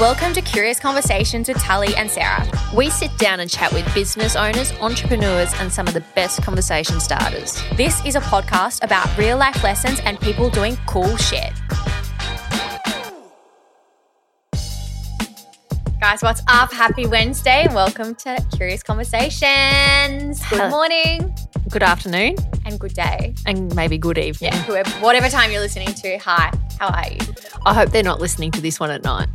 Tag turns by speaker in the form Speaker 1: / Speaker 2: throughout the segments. Speaker 1: Welcome to Curious Conversations with Tully and Sarah.
Speaker 2: We sit down and chat with business owners, entrepreneurs, and some of the best conversation starters.
Speaker 1: This is a podcast about real life lessons and people doing cool shit. Guys, what's up? Happy Wednesday and welcome to Curious Conversations. Good
Speaker 2: Hello.
Speaker 1: morning
Speaker 2: Good afternoon,
Speaker 1: and good day.
Speaker 2: and maybe good evening.
Speaker 1: Yeah, whoever, whatever time you're listening to, hi, how are you?
Speaker 2: I hope they're not listening to this one at night.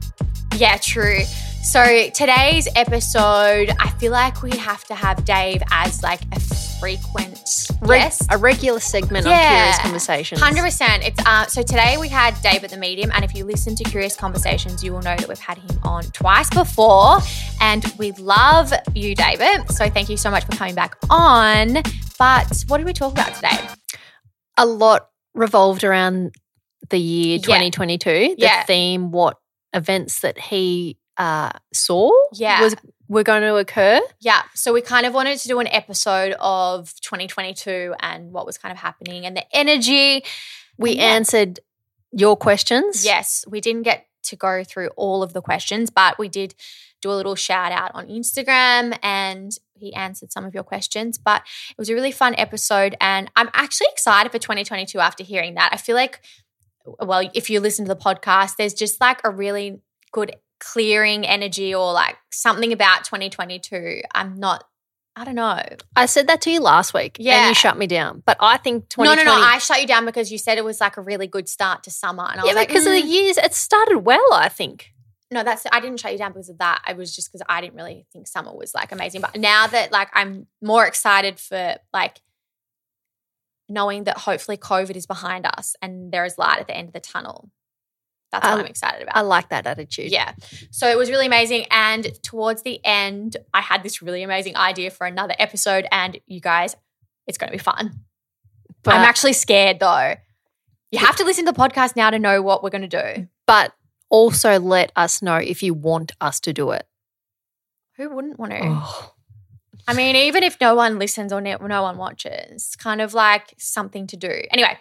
Speaker 1: Yeah, true. So today's episode, I feel like we have to have Dave as like a frequent
Speaker 2: Reg-
Speaker 1: guest.
Speaker 2: A regular segment on Curious Conversations.
Speaker 1: Hundred percent. It's uh, so today we had Dave at the medium, and if you listen to Curious Conversations, you will know that we've had him on twice before, and we love you, David. So thank you so much for coming back on. But what did we talk about today?
Speaker 2: A lot revolved around the year
Speaker 1: Yeah.
Speaker 2: 2022. The
Speaker 1: Yeah.
Speaker 2: theme, what events that he uh, saw
Speaker 1: Yeah.
Speaker 2: was, were going to occur.
Speaker 1: Yeah, so we kind of wanted to do an episode of 2022 and what was kind of happening and the energy.
Speaker 2: We
Speaker 1: Yeah.
Speaker 2: answered your questions.
Speaker 1: Yes, we didn't get to go through all of the questions, but we did do a little shout out on Instagram and he answered some of your questions. But it was a really fun episode. And I'm actually excited for 2022 after hearing that. I feel like, well, if you listen to the podcast, there's just like a really good clearing energy or like something about 2022. I'm not, I don't know.
Speaker 2: I said that to you last week and
Speaker 1: Yeah.
Speaker 2: you shut me down. But I think
Speaker 1: No, no,
Speaker 2: 2020.
Speaker 1: no. I shut you down because you said it was like a really good start to summer. And I
Speaker 2: yeah,
Speaker 1: was like,
Speaker 2: because of
Speaker 1: "Mm."
Speaker 2: the years, it started well, I think.
Speaker 1: no, that's I didn't shut you down because of that. I was just because I didn't really think summer was like amazing. But now that like I'm more excited for like knowing that hopefully COVID is behind us and there is light at the end of the tunnel. That's what
Speaker 2: I-
Speaker 1: I'm excited about.
Speaker 2: I like that attitude.
Speaker 1: Yeah. So it was really amazing. And towards the end, I had this really amazing idea for another episode. And you guys, it's going to be fun.
Speaker 2: But,
Speaker 1: I'm actually scared though. You have to listen to the podcast now to know what we're going to do.
Speaker 2: but also let us know if you want us to do it.
Speaker 1: Who wouldn't want to?
Speaker 2: Oh.
Speaker 1: I mean, even if no one listens or ne- no one watches, it's kind of like something to do. Anyway,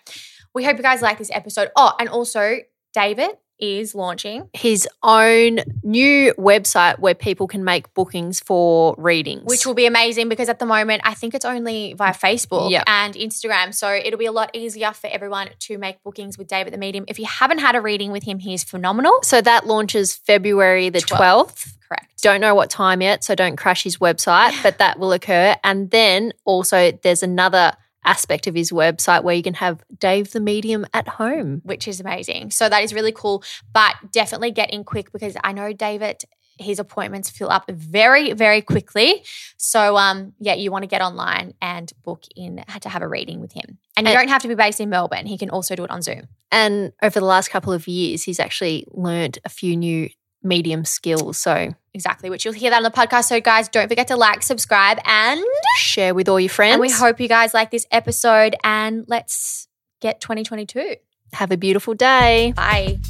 Speaker 1: we hope you guys like this episode. Oh, and also, David is launching,
Speaker 2: His own new website where people can make bookings for readings.
Speaker 1: which will be amazing because at the moment, I think it's only via Facebook
Speaker 2: Yeah.
Speaker 1: and Instagram. So it'll be a lot easier for everyone to make bookings with David the Medium. If you haven't had a reading with him, he is phenomenal.
Speaker 2: so that launches February the
Speaker 1: 12th.
Speaker 2: 12th.
Speaker 1: Correct.
Speaker 2: Don't know what time yet, so don't crash his website, but that will occur. And then also, there's another aspect of his website where you can have Dave the Medium at home.
Speaker 1: which is amazing. So that is really cool. But definitely get in quick because I know David, his appointments fill up very, very quickly. So um, yeah, you want to get online and book in to have a reading with him. And you
Speaker 2: And-
Speaker 1: don't have to be based in Melbourne. He can also do it on Zoom.
Speaker 2: And over the last couple of years, he's actually learnt a few new medium skills. So
Speaker 1: Exactly, which you'll hear that on the podcast. So guys, don't forget to like, subscribe, and,
Speaker 2: share with all your friends.
Speaker 1: and we hope you guys like this episode and let's get 2022.
Speaker 2: have a beautiful day.
Speaker 1: Bye.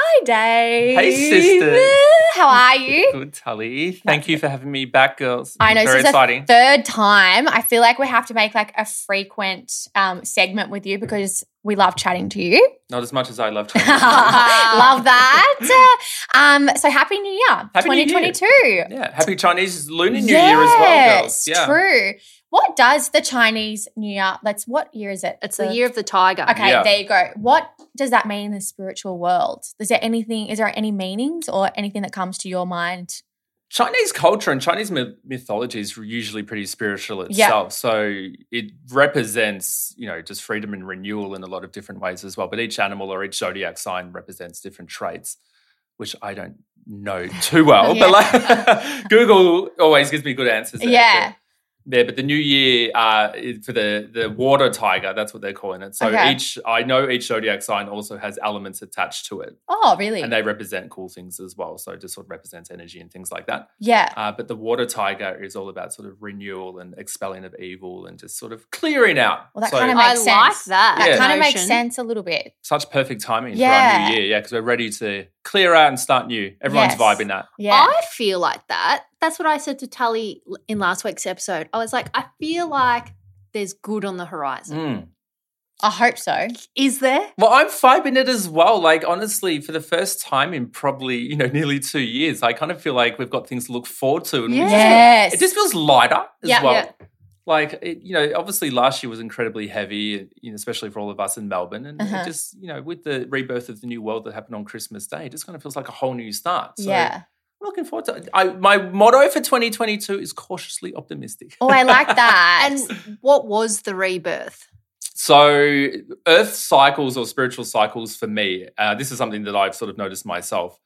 Speaker 1: Hi, Dave.
Speaker 3: Hey, sisters.
Speaker 1: How are you?
Speaker 3: Good, Tully. Thank you for having me back, girls.
Speaker 1: I know, this
Speaker 3: Very
Speaker 1: is a
Speaker 3: exciting.
Speaker 1: third time. I feel like we have to make like a frequent um, segment with you because we love chatting to you.
Speaker 3: Not as much as I love talking. to
Speaker 1: love that. Um, so happy New Year,
Speaker 3: Happy New Year.
Speaker 1: 2022.
Speaker 3: you. yeah. Happy Chinese Lunar New Year as well, girls.
Speaker 1: Yes, true. What does the Chinese New Year? That's what year is it?
Speaker 2: It's the year of the tiger.
Speaker 1: Okay,
Speaker 3: Yeah.
Speaker 1: there you go. What does that mean in the spiritual world? Is there anything? Is there any meanings or anything that comes to your mind?
Speaker 3: Chinese culture and Chinese myth- mythology is usually pretty spiritual
Speaker 1: Yeah.
Speaker 3: itself. So it represents, you know, just freedom and renewal in a lot of different ways as well. But each animal or each zodiac sign represents different traits, which I don't know too well.
Speaker 1: Yeah.
Speaker 3: But like Google always gives me good answers. there.
Speaker 1: Yeah.
Speaker 3: Yeah, but the new year uh, is for the the water tiger, that's what they're calling it. So
Speaker 1: Okay.
Speaker 3: each I know each zodiac sign also has elements attached to it,
Speaker 1: Oh, really?
Speaker 3: and they represent cool things as well. So it just sort of represents energy and things like that.
Speaker 1: yeah.
Speaker 3: Uh, but the water tiger is all about sort of renewal and expelling of evil and just sort of clearing out.
Speaker 1: Well, that
Speaker 3: so
Speaker 1: kind of
Speaker 2: I
Speaker 1: makes
Speaker 2: like
Speaker 1: sense.
Speaker 2: that.
Speaker 1: That
Speaker 3: Yeah.
Speaker 1: kind of makes
Speaker 2: notion.
Speaker 1: sense a little bit.
Speaker 3: such perfect timing for
Speaker 1: Yeah.
Speaker 3: our new year, yeah, because we're ready to clear out and start new. Everyone's
Speaker 1: Yes.
Speaker 3: vibing that.
Speaker 1: Yeah.
Speaker 2: I feel like that. That's what I said to Tully l- in last week's episode. I was like, I feel like there's good on the horizon.
Speaker 3: Mm.
Speaker 1: I hope so.
Speaker 2: Is there?
Speaker 3: Well, I'm vibing it as well. Like, honestly, for the first time in probably, you know, nearly two years, I kind of feel like we've got things to look forward to. And
Speaker 2: Yeah.
Speaker 1: Yes.
Speaker 3: it just feels lighter as
Speaker 2: Yeah,
Speaker 3: well.
Speaker 2: yeah.
Speaker 3: Like, it, you know, obviously last year was incredibly heavy, you know, especially for all of us in Melbourne. And it
Speaker 1: Uh-huh.
Speaker 3: just, you know, with the rebirth of the new world that happened on Christmas Day, it just kind of feels like a whole new start. So
Speaker 1: yeah.
Speaker 3: I'm looking forward to it. I, my motto for 2022 is cautiously optimistic.
Speaker 1: Oh, I like that.
Speaker 2: And what was the rebirth?
Speaker 3: So, earth cycles or spiritual cycles for me, uh, this is something that I've sort of noticed myself,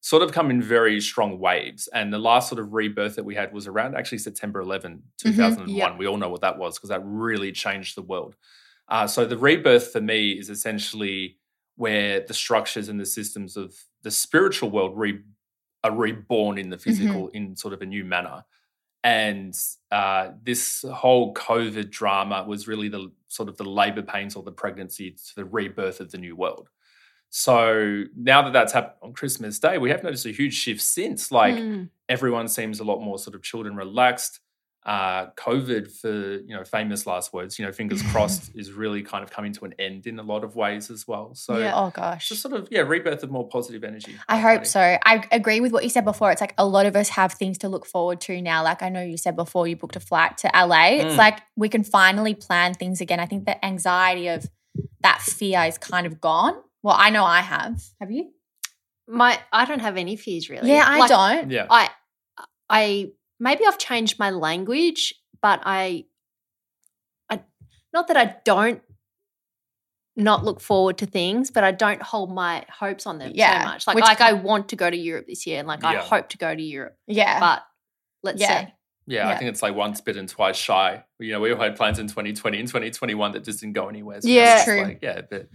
Speaker 3: sort of come in very strong waves. And the last sort of rebirth that we had was around actually September 11,
Speaker 1: Mhm,
Speaker 3: 2001.
Speaker 2: yeah.
Speaker 3: We all know what that was because that really changed the world. Uh, so, the rebirth for me is essentially where the structures and the systems of the spiritual world re- are reborn in the physical in sort of a new manner and uh, this whole COVID drama was really the sort of the labor pains or the pregnancy to the rebirth of the new world. So now that that's happened on Christmas Day, we have noticed a huge shift since. Like
Speaker 1: Hmm.
Speaker 2: Mm.
Speaker 3: everyone seems a lot more sort of chilled and relaxed. Uh, COVID, for you know, famous last words, you know, fingers crossed, is really kind of coming to an end in a lot of ways as well. So
Speaker 2: Yeah.
Speaker 1: oh
Speaker 3: it's
Speaker 1: gosh.
Speaker 3: just sort of yeah, rebirth of more positive energy.
Speaker 1: I
Speaker 3: That's
Speaker 1: hope
Speaker 3: exciting.
Speaker 1: so. I agree with what you said before. It's like a lot of us have things to look forward to now. Like I know you said before you booked a flight to LA. It's
Speaker 3: Mm.
Speaker 1: like we can finally plan things again. I think the anxiety of that fear is kind of gone. Well, I know I have. Have you?
Speaker 2: My, I don't have any fears really.
Speaker 1: Yeah, I
Speaker 2: Like,
Speaker 1: don't.
Speaker 3: Yeah.
Speaker 2: I, I maybe I've changed my language, but I, I, not that I don't not look forward to things, but I don't hold my hopes on them
Speaker 1: Yeah,
Speaker 2: so much. Like,
Speaker 1: which-
Speaker 2: like I want to go to Europe this year, and like I
Speaker 3: Yeah.
Speaker 2: hope to go to Europe,
Speaker 1: Yeah.
Speaker 2: but let's
Speaker 1: Yeah.
Speaker 2: see.
Speaker 3: Yeah,
Speaker 1: Yeah.
Speaker 3: I think it's like once bitten, twice shy. You know, we all had plans in 2020 and 2021 that just didn't go anywhere.
Speaker 2: Yeah.
Speaker 3: it's
Speaker 1: True.
Speaker 3: Like, yeah, but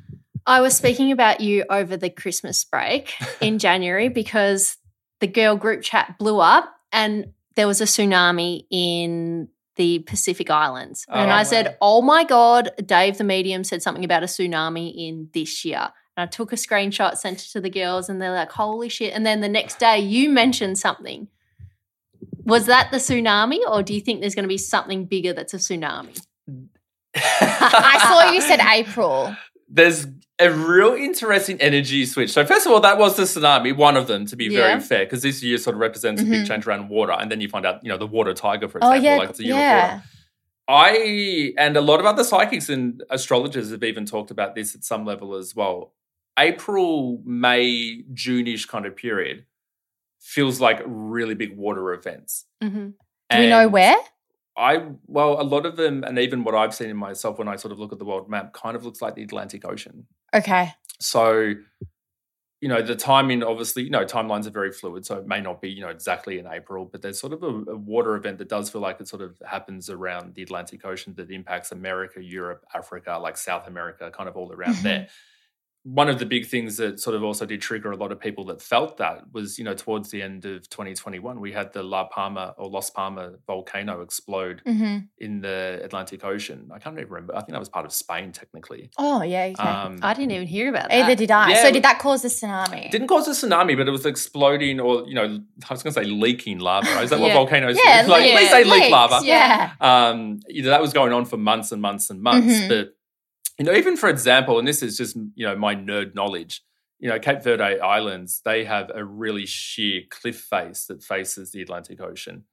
Speaker 2: I was speaking about you over the Christmas break in January because the girl group chat blew up and there was a tsunami in the Pacific Islands. And
Speaker 3: Oh,
Speaker 2: I
Speaker 3: wow.
Speaker 2: said, Oh my God, Dave the medium said something about a tsunami in this year. And I took a screenshot, sent it to the girls, and they're like, Holy shit. And then the next day, you mentioned something. Was that the tsunami, or do you think there's going to be something bigger that's a tsunami?
Speaker 1: I saw you said April.
Speaker 3: there's a real interesting energy switch. So first of all, that was the tsunami, one of them, to be
Speaker 2: Yeah.
Speaker 3: very fair, because this year sort of represents a
Speaker 1: Mhm.
Speaker 3: big change around water, and then you find out, you know, the water tiger, for
Speaker 1: Oh
Speaker 3: example,
Speaker 1: yeah.
Speaker 3: like it's a year of water.
Speaker 1: yeah.
Speaker 3: I and a lot of other psychics and astrologers have even talked about this at some level as well. April, May, June-ish kind of period feels like really big water events.
Speaker 2: Mm-hmm.
Speaker 1: Do we know
Speaker 3: And
Speaker 1: where?
Speaker 3: I well, a lot of them, and even what I've seen in myself when I sort of look at the world map, kind of looks like the Atlantic Ocean.
Speaker 1: Okay.
Speaker 3: So, you know, the timing obviously, you know, timelines are very fluid, so it may not be, you know, exactly in April, but there's sort of a, a water event that does feel like it sort of happens around the Atlantic Ocean that impacts America, Europe, Africa, like South America, kind of all around
Speaker 1: Mhm.
Speaker 3: there. One of the big things that sort of also did trigger a lot of people that felt that was, you know, towards the end of 2021, we had the La Palma or Los Palma volcano explode
Speaker 1: hmm
Speaker 3: in the Atlantic Ocean. I can't even remember. I think that was part of Spain, technically.
Speaker 1: Oh yeah. Okay.
Speaker 3: Um,
Speaker 2: I didn't even hear about that.
Speaker 1: Either did I.
Speaker 3: Uh, Yeah,
Speaker 1: so
Speaker 3: we-
Speaker 1: did that cause the tsunami?
Speaker 3: It didn't cause a tsunami, but it was exploding or, you know, I was going to say leaking lava. Is that what
Speaker 2: Yeah.
Speaker 3: volcanoes
Speaker 1: yeah,
Speaker 3: do? Like,
Speaker 2: yeah,
Speaker 3: At least they leak
Speaker 1: leaks,
Speaker 3: lava.
Speaker 1: Yeah.
Speaker 3: Um, you know, that was going on for months and months and months.
Speaker 1: Mhm.
Speaker 3: But, you know, even for example, and this is just, you know, my nerd knowledge, you know, Cape Verde Islands, they have a really sheer cliff face that faces the Atlantic Ocean.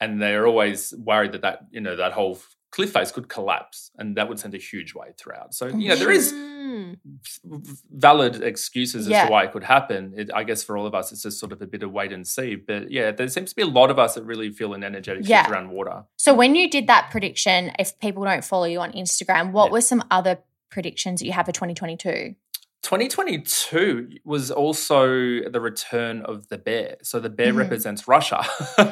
Speaker 3: And they're always worried that that, you know, that whole cliff face could collapse and that would send a huge wave throughout. So, you know, there is
Speaker 2: Mm.
Speaker 3: valid excuses as
Speaker 1: Yeah.
Speaker 3: to why it could happen. It, I guess for all of us, it's just sort of a bit of wait and see. But yeah, there seems to be a lot of us that really feel an energetic
Speaker 1: Yeah.
Speaker 3: shift around water.
Speaker 1: So when you did that prediction, if people don't follow you on Instagram, what
Speaker 3: Yeah.
Speaker 1: were some other predictions that you had for 2022?
Speaker 3: 2022 was also the return of the bear. So the bear
Speaker 1: Mhm.
Speaker 3: represents Russia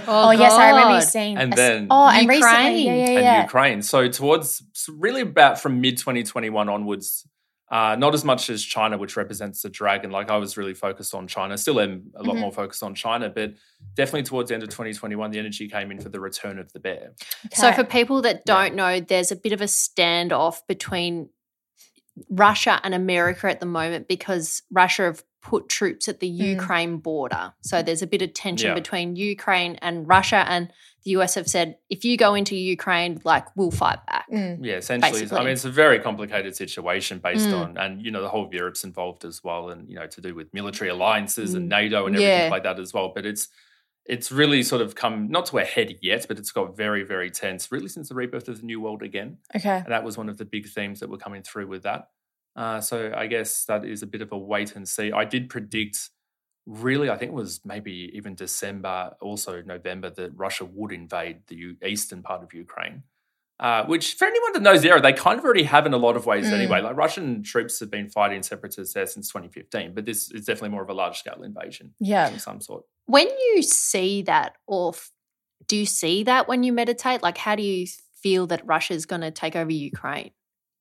Speaker 1: Oh, yes, I remember
Speaker 2: God.
Speaker 1: seeing. a
Speaker 3: And
Speaker 1: s-
Speaker 3: then
Speaker 1: oh, and recently,
Speaker 2: Ukraine.
Speaker 1: yeah, yeah,
Speaker 3: and
Speaker 1: yeah.
Speaker 3: Ukraine. So towards so really about from mid 2021 onwards, uh, not as much as China, which represents the dragon. Like I was really focused on China, still am a lot
Speaker 1: Mhm.
Speaker 3: more focused on China, but definitely towards the end of 2021, the energy came in for the return of the bear.
Speaker 2: So
Speaker 1: Okay.
Speaker 2: for people that
Speaker 3: Yeah.
Speaker 2: don't know, there's a bit of a standoff between Russia and America at the moment because Russia have put troops at the
Speaker 1: Mm.
Speaker 2: Ukraine border. So there's a bit of tension
Speaker 3: Yeah.
Speaker 2: between Ukraine and Russia and the US have said if you go into Ukraine like we'll fight back.
Speaker 1: Mm.
Speaker 3: Yeah, essentially, it's- I
Speaker 2: Basically.
Speaker 3: mean, it's a very complicated situation based
Speaker 2: Mm.
Speaker 3: on, and you know, the whole of Europe's involved as well, and you know, to do with military alliances and
Speaker 2: Mm.
Speaker 3: NATO and
Speaker 2: Yeah.
Speaker 3: everything like that as well. But it's it's really sort of come not to a head yet, but it's got very, very tense, really, since the rebirth of the New World again.
Speaker 1: Okay.
Speaker 3: And that was one of the big themes that were coming through with that. Uh, so I guess that is a bit of a wait and see. I did predict, really, I think it was maybe even December, also November, that Russia would invade the U- eastern part of Ukraine. Uh, which, for anyone that knows the area, they kind of already have in a lot of ways
Speaker 1: Mm.
Speaker 3: anyway. Like Russian troops have been fighting separatists there since 2015, but this is definitely more of a large scale invasion
Speaker 1: Yeah.
Speaker 3: of some sort.
Speaker 2: When you see that or f- do you see that when you meditate? Like how do you feel that Russia's going to take over Ukraine?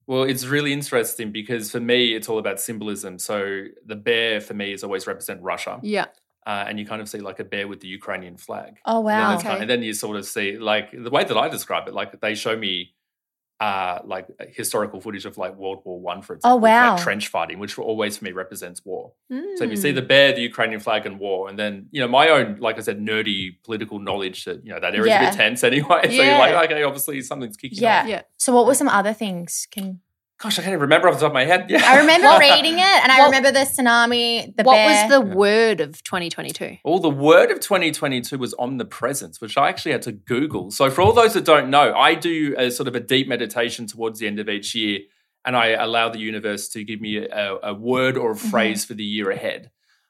Speaker 3: Well, it's really interesting because for me, it's all about symbolism. So the bear for me is always represent Russia.
Speaker 2: Yeah.
Speaker 3: uh, and you kind of see like a bear with the Ukrainian flag.
Speaker 1: Oh
Speaker 3: And, then
Speaker 1: wow.
Speaker 3: it's kind-
Speaker 2: Okay.
Speaker 3: and then you sort of see like the way that I describe it, like they show me uh, like historical footage of like World War One, for example, with,
Speaker 1: Oh, wow. Hmm.
Speaker 3: like trench fighting, which always for me represents war. So if you
Speaker 2: Mm.
Speaker 3: see the bear, the Ukrainian flag, and war, and then you know my own, like I said, nerdy political knowledge that you know that area's a
Speaker 1: Yeah.
Speaker 3: bit tense anyway. So
Speaker 2: Yeah.
Speaker 3: you're like, okay, obviously something's kicking.
Speaker 1: Yeah.
Speaker 3: off.
Speaker 2: yeah.
Speaker 1: So what were some other things? Can
Speaker 3: Gosh, I can't even remember off the top of my head. Yeah.
Speaker 1: I remember reading it, and I
Speaker 2: What-
Speaker 1: remember the tsunami. The
Speaker 2: what
Speaker 1: bear.
Speaker 2: was the
Speaker 3: Yeah.
Speaker 2: word of 2022?
Speaker 3: Well, the word of 2022 was omnipresence, which I actually had to Google. So, for all those that don't know, I do a sort of a deep meditation towards the end of each year, and I allow the universe to give me a, a word or a
Speaker 1: Mm-hmm.
Speaker 3: phrase for the year ahead.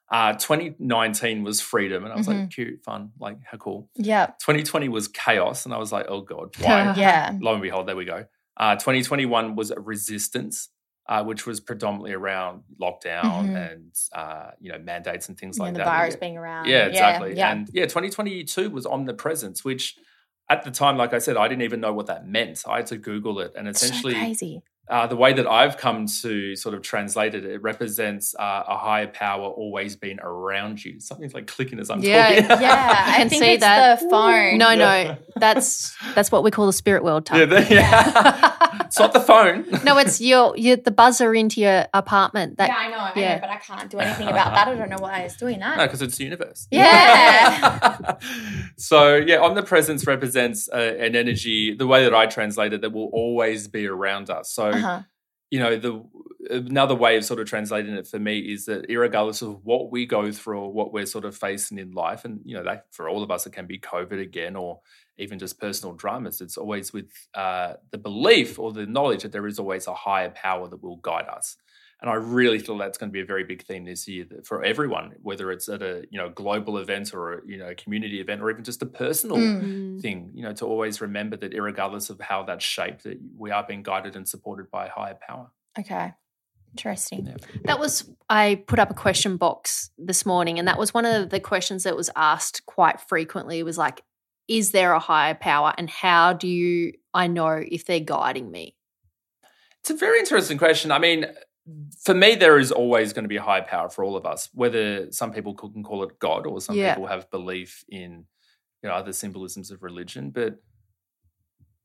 Speaker 3: Uh, 2019 was freedom, and I was
Speaker 1: Mm-hmm.
Speaker 3: like, cute, fun, like, how cool.
Speaker 1: yeah
Speaker 3: 2020 was chaos, and I was like, oh God, why?
Speaker 2: Uh-huh.
Speaker 1: yeah
Speaker 3: Lo and behold, there we go. Uh, 2021 was resistance. Uh, which was predominantly around lockdown
Speaker 1: Mhm.
Speaker 3: and uh, you know mandates and things
Speaker 1: Yeah,
Speaker 3: like
Speaker 1: the
Speaker 3: that.
Speaker 1: virus
Speaker 3: Yeah.
Speaker 1: being around.
Speaker 3: Yeah, exactly.
Speaker 1: Um, Yeah.
Speaker 3: And yeah, 2022 was omnipresence, which at the time, like I said, I didn't even know what that meant. I had to Google it. And
Speaker 1: It's so
Speaker 3: essentially,
Speaker 1: crazy.
Speaker 3: uh, the way that I've come to sort of translate it, it represents uh, a higher power always being around you. Something's like clicking as I'm
Speaker 2: Yeah,
Speaker 3: talking.
Speaker 1: Yeah,
Speaker 2: You
Speaker 1: I
Speaker 2: can
Speaker 1: think
Speaker 2: see
Speaker 1: it's
Speaker 2: that.
Speaker 1: the phone.
Speaker 2: No,
Speaker 3: Yeah.
Speaker 2: no, that's that's what we call the spirit world
Speaker 3: Yeah,
Speaker 2: time.
Speaker 3: there- yeah. it's not the phone.
Speaker 2: no, it's your, your the buzzer into your apartment. That
Speaker 1: yeah, I know, I
Speaker 2: yeah.
Speaker 1: know, but I can't do anything about that. I don't know why I was doing that.
Speaker 3: No, because it's the universe.
Speaker 1: Yeah.
Speaker 3: so yeah, omnipresence represents uh, an energy. The way that I translate it, that will always be around us. So
Speaker 1: Uh-huh.
Speaker 3: you know the another way of sort of translating it for me is that regardless of what we go through or what we're sort of facing in life and you know that for all of us it can be covid again or even just personal dramas it's always with uh, the belief or the knowledge that there is always a higher power that will guide us and i really feel that's going to be a very big theme this year that for everyone whether it's at a you know global event or a you know community event or even just a personal
Speaker 1: Mm.
Speaker 2: Mm.
Speaker 3: thing, you know, to always remember that regardless of how that's shaped, that we are being guided and supported by a higher power.
Speaker 1: Okay. Interesting.
Speaker 2: that was I put up a question box this morning, and that was one of the questions that was asked quite frequently. It was like, is there a higher power, and how do you I know if they're guiding me?
Speaker 3: It's a very interesting question. I mean, for me, there is always going to be a higher power for all of us, whether some people c- can call it God or some
Speaker 2: Yeah.
Speaker 3: people have belief in, you know, other symbolisms of religion. But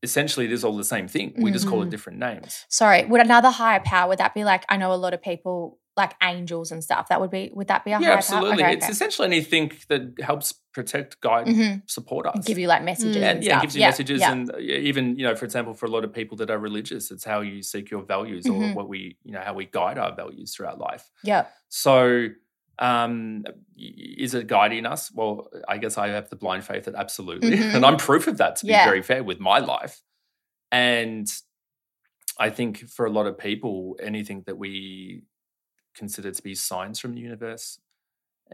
Speaker 3: essentially, it is all the same thing. We just call it
Speaker 1: Mm-hmm.
Speaker 2: Mhm.
Speaker 3: different names.
Speaker 1: Sorry. Would another higher power? Would that be like I know a lot of people like angels and stuff? That would be. Would that be a
Speaker 3: Yeah,
Speaker 1: higher
Speaker 3: absolutely.
Speaker 1: power?
Speaker 3: it's essentially anything that helps protect, guide,
Speaker 1: Mhm.
Speaker 3: support us.
Speaker 1: Give you like messages. And
Speaker 2: Mm.
Speaker 3: And yeah, it
Speaker 1: stuff.
Speaker 3: gives you
Speaker 1: yeah.
Speaker 3: messages,
Speaker 1: Yeah.
Speaker 3: and uh, even you know, for example, for a lot of people that are religious, it's how you seek your values or
Speaker 1: Mhm.
Speaker 3: what we, you know, how we guide our values throughout life.
Speaker 1: yeah.
Speaker 3: So, um, y- is it guiding us? Well, I guess I have the blind faith that absolutely,
Speaker 1: Mhm.
Speaker 3: and I'm proof of that. To be
Speaker 1: Yeah.
Speaker 3: very fair with my life, and I think for a lot of people, anything that we consider to be signs from the universe.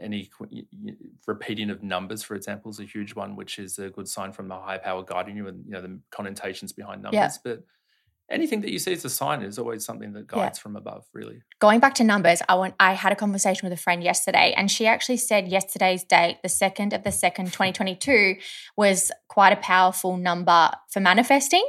Speaker 3: Any qu- y- y- repeating of numbers, for example, is a huge one, which is a good sign from the higher power guiding you, and you know the connotations behind numbers. But anything that you see as a sign is always something that guides from above, really.
Speaker 1: Going back to numbers, I want I had a conversation with a friend yesterday and she actually said yesterday's date, the 2nd of the 2nd, 2022 was quite a powerful number for manifesting.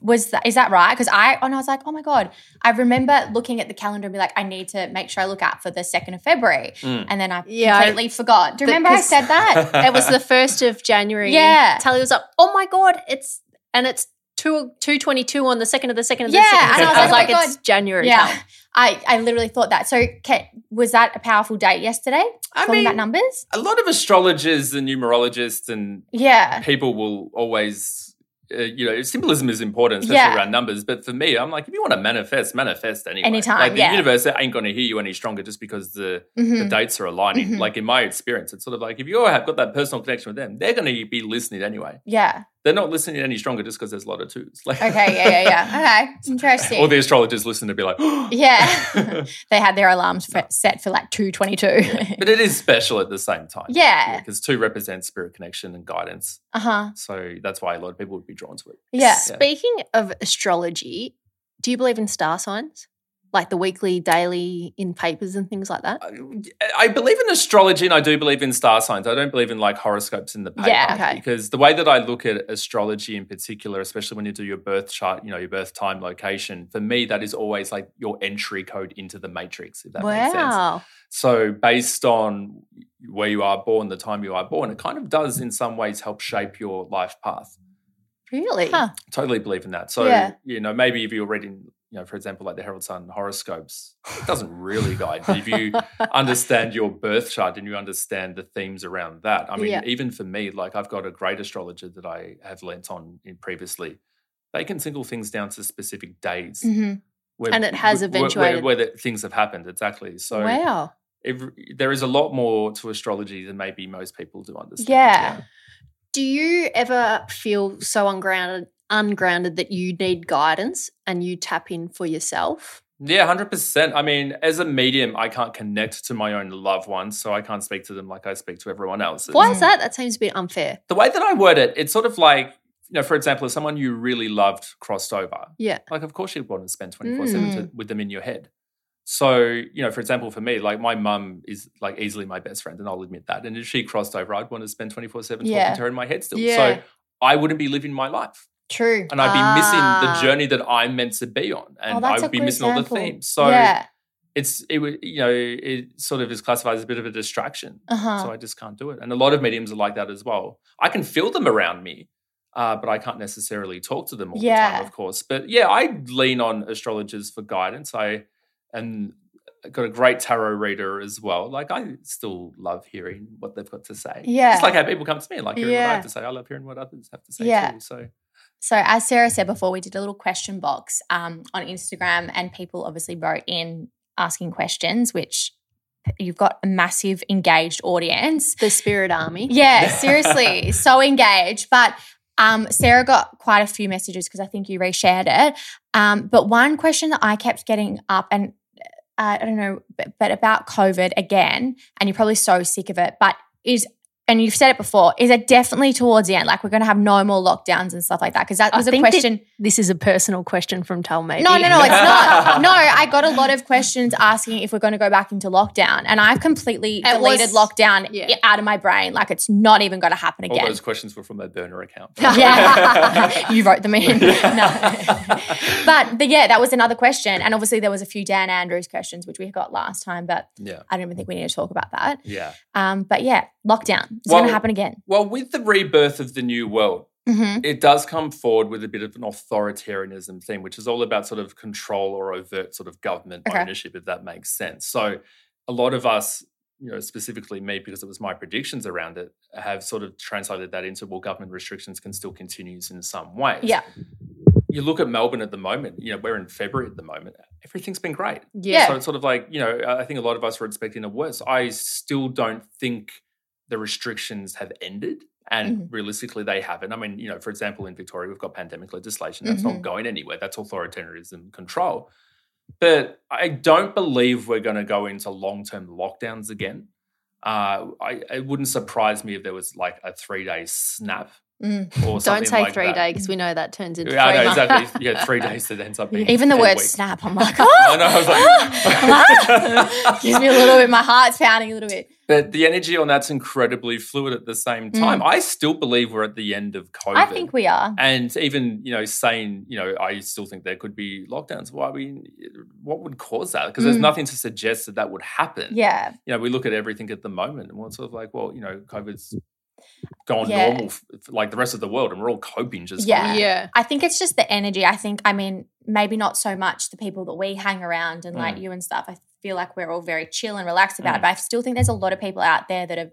Speaker 1: Was that is that right? Because I and I was like, oh my god, I remember looking at the calendar and be like, I need to make sure I look out for the second of February,
Speaker 3: Mm.
Speaker 1: and then I
Speaker 2: Yeah, I-
Speaker 1: completely forgot. Do you
Speaker 2: The-
Speaker 1: remember I
Speaker 2: because-
Speaker 1: said that?
Speaker 2: It was the first of January.
Speaker 1: Yeah.
Speaker 2: Tally was like, "Oh my god, it's and it's two two twenty two on the second of the second of
Speaker 1: Yeah,
Speaker 2: the second.
Speaker 3: and I was
Speaker 2: I was
Speaker 3: like,
Speaker 2: like,
Speaker 1: "Oh my
Speaker 2: it's January.
Speaker 1: yeah, I I literally thought that. So, Kat, was that a powerful date yesterday?
Speaker 3: I
Speaker 1: Talking about
Speaker 3: mean-
Speaker 1: numbers.
Speaker 3: a lot of astrologers and numerologists and
Speaker 1: Yeah.
Speaker 3: people will always, uh, you know, symbolism is important, especially
Speaker 1: Yeah.
Speaker 3: around numbers. But for me, I'm like, if you want to manifest, manifest anyway.
Speaker 1: Anytime,
Speaker 3: Like the
Speaker 1: yeah.
Speaker 3: universe ain't going to hear you any stronger just because the,
Speaker 1: Mhm.
Speaker 3: the dates are aligning.
Speaker 1: Mhm.
Speaker 3: Like in my experience, it's sort of like if you have got that personal connection with them, they're going to be listening anyway.
Speaker 1: Yeah.
Speaker 3: They're not listening any stronger just because there's a lot of twos. Like,
Speaker 1: Okay. Yeah. Yeah. Yeah. Okay. Interesting.
Speaker 3: All the astrologers listen to be like,
Speaker 1: Yeah. they had their alarms for, set for like two twenty two.
Speaker 3: but it is special at the same time.
Speaker 1: Yeah.
Speaker 3: Because two represents spirit connection and guidance.
Speaker 1: Uh huh.
Speaker 3: So that's why a lot of people would be drawn to it.
Speaker 1: Yeah.
Speaker 2: Speaking of astrology, do you believe in star signs, like the weekly, daily, in papers and things like that?
Speaker 3: I- I believe in astrology and I do believe in star signs. I don't believe in like horoscopes in the paper.
Speaker 1: Yeah,
Speaker 2: okay.
Speaker 3: Because the way that I look at astrology in particular, especially when you do your birth chart, you know, your birth time, location, for me, that is always like your entry code into the matrix, if that makes sense.
Speaker 2: wow.
Speaker 3: So, based on where you are born, the time you are born, it kind of does in some ways help shape your life path.
Speaker 2: Really?
Speaker 1: Huh.
Speaker 3: totally believe in that. So
Speaker 1: Yeah.
Speaker 3: you know, maybe if you're reading, you know, for example, like the Herald Sun horoscopes, it doesn't really guide. But if you understand your birth chart and you understand the themes around that, I mean,
Speaker 2: Yeah.
Speaker 3: even for me, like I've got a great astrologer that I have lent on in previously. They can single things down to specific days.
Speaker 1: hmm
Speaker 3: Where,
Speaker 2: Mm-hmm. And it has
Speaker 3: where- where-
Speaker 2: eventuated.
Speaker 3: where, the things have happened exactly. So
Speaker 2: wow.
Speaker 3: it- there is a lot more to astrology than maybe most people do understand.
Speaker 1: Yeah.
Speaker 2: Do you ever feel so ungrounded, ungrounded that you need guidance and you tap in for yourself?
Speaker 3: Yeah, hundred percent. I mean, as a medium, I can't connect to my own loved ones, so I can't speak to them like I speak to everyone else.
Speaker 2: Why
Speaker 1: Mm.
Speaker 2: is that? That seems a bit unfair.
Speaker 3: The way that I word it, it's sort of like, you know, for example, if someone you really loved crossed over,
Speaker 2: Yeah.
Speaker 3: like of course you'd want to spend twenty four
Speaker 1: Mm.
Speaker 3: seven with them in your head. So, you know, for example, for me, like my mum is like easily my best friend, and I'll admit that. And if she crossed over, I'd want to spend twenty four seven
Speaker 1: Yeah.
Speaker 3: talking to her in my head still.
Speaker 2: Yeah.
Speaker 3: So I wouldn't be living my life
Speaker 1: True. Uh, oh,
Speaker 3: and I'd be
Speaker 2: Ah.
Speaker 3: missing the journey that I'm meant to be on, and I
Speaker 1: that's a
Speaker 3: would be
Speaker 1: good
Speaker 3: missing
Speaker 1: example.
Speaker 3: all the themes. So
Speaker 1: yeah.
Speaker 3: it's it would you know it sort of is classified as a bit of a distraction.
Speaker 1: Uh huh.
Speaker 3: So I just can't do it, and a lot of mediums are like that as well. I can feel them around me, uh, but I can't necessarily talk to them all the
Speaker 1: Yeah.
Speaker 3: time, of course. But yeah, I lean on astrologers for guidance. I and got a great tarot reader as well. Like I still love hearing what they've got to say.
Speaker 1: Yeah.
Speaker 3: it's like how people come to me, I like hearing what I
Speaker 1: Yeah.
Speaker 3: have to say. I love hearing what others have to say
Speaker 1: Yeah.
Speaker 3: too. So
Speaker 1: So, as Sarah said before, we did a little question box um, on Instagram, and people obviously wrote in asking questions, which you've got a massive engaged audience.
Speaker 2: The spirit army.
Speaker 1: Yeah, seriously, so engaged. But um, Sarah got quite a few messages because I think you reshared it. Um, but one question that I kept getting up, and uh, I don't know, but, but about COVID again, and you're probably so sick of it, but is and you've said it before, is it definitely towards the end? Like we're going to have no more lockdowns and stuff like that? Because that
Speaker 2: I
Speaker 1: was a
Speaker 2: think that-
Speaker 1: question.
Speaker 2: This is a personal question from Tal Maybe.
Speaker 1: No, no, no, it's not. No, I got a lot of questions asking if we're going to go back into lockdown, and I've completely
Speaker 2: It was-
Speaker 1: deleted lockdown
Speaker 2: Yeah.
Speaker 1: out of my brain. Like it's not even going to happen
Speaker 3: all
Speaker 1: again.
Speaker 3: those questions were from my burner account.
Speaker 1: yeah, you wrote them in. no.
Speaker 3: Yeah.
Speaker 1: But the, yeah, that was another question, and obviously there was a few Dan Andrews questions which we got last time, but
Speaker 3: yeah.
Speaker 1: I don't even think we need to talk about that.
Speaker 3: Yeah.
Speaker 1: Um, but yeah, lockdown it's going
Speaker 3: Well-
Speaker 1: to happen again.
Speaker 3: Well, with the rebirth of the new world,
Speaker 1: hmm
Speaker 3: it does come forward with a bit of an authoritarianism theme, which is all about sort of control or overt sort of government
Speaker 1: Okay.
Speaker 3: ownership, if that makes sense. So a lot of us, you know, specifically me, because it was my predictions around it, have sort of translated that into well, government restrictions can still continue in some ways.
Speaker 1: Yeah.
Speaker 3: You look at Melbourne at the moment, you know, we're in February at the moment, everything's been great.
Speaker 1: Yeah.
Speaker 3: So it's sort of like, you know, I think a lot of us were expecting the worst. I still don't think the restrictions have ended. And realistically, they haven't. I mean, you know, for example, in Victoria, we've got pandemic legislation that's
Speaker 1: Mhm.
Speaker 3: not going anywhere. That's authoritarianism control. But I don't believe we're going to go into long term lockdowns again. Uh, I, it wouldn't surprise me if there was like a three day snap
Speaker 1: Mm.
Speaker 3: or something
Speaker 2: Don't say
Speaker 3: like
Speaker 2: three
Speaker 3: that.
Speaker 2: days because we know that turns into
Speaker 3: Yeah, I
Speaker 2: three
Speaker 3: know
Speaker 2: months.
Speaker 3: exactly. Yeah, three days that ends up being
Speaker 1: Even the
Speaker 3: four
Speaker 1: word
Speaker 3: weeks.
Speaker 1: snap, I'm like, oh,
Speaker 3: I know. I was like,
Speaker 1: ah! gives me a little bit. My heart's pounding a little bit.
Speaker 3: But the energy on that's incredibly fluid at the same time. I still believe we're at the end of COVID.
Speaker 1: Mm. I think we are.
Speaker 3: And even you know, saying you know, I still think there could be lockdowns. Why we? What would cause that? Because there's
Speaker 1: Mm.
Speaker 3: nothing to suggest that that would happen.
Speaker 1: Yeah,
Speaker 3: You know, we look at everything at the moment, and we're sort of like, well, you know, COVID's gone
Speaker 1: Yeah.
Speaker 3: normal f- f- like the rest of the world, and we're all coping just
Speaker 1: Yeah.
Speaker 3: fine.
Speaker 2: Yeah.
Speaker 1: I think it's just the energy. I think, I mean, maybe not so much the people that we hang around and like
Speaker 3: Mm.
Speaker 1: you and stuff. I feel like we're all very chill and relaxed about it, but I still think there's a lot of people out there that have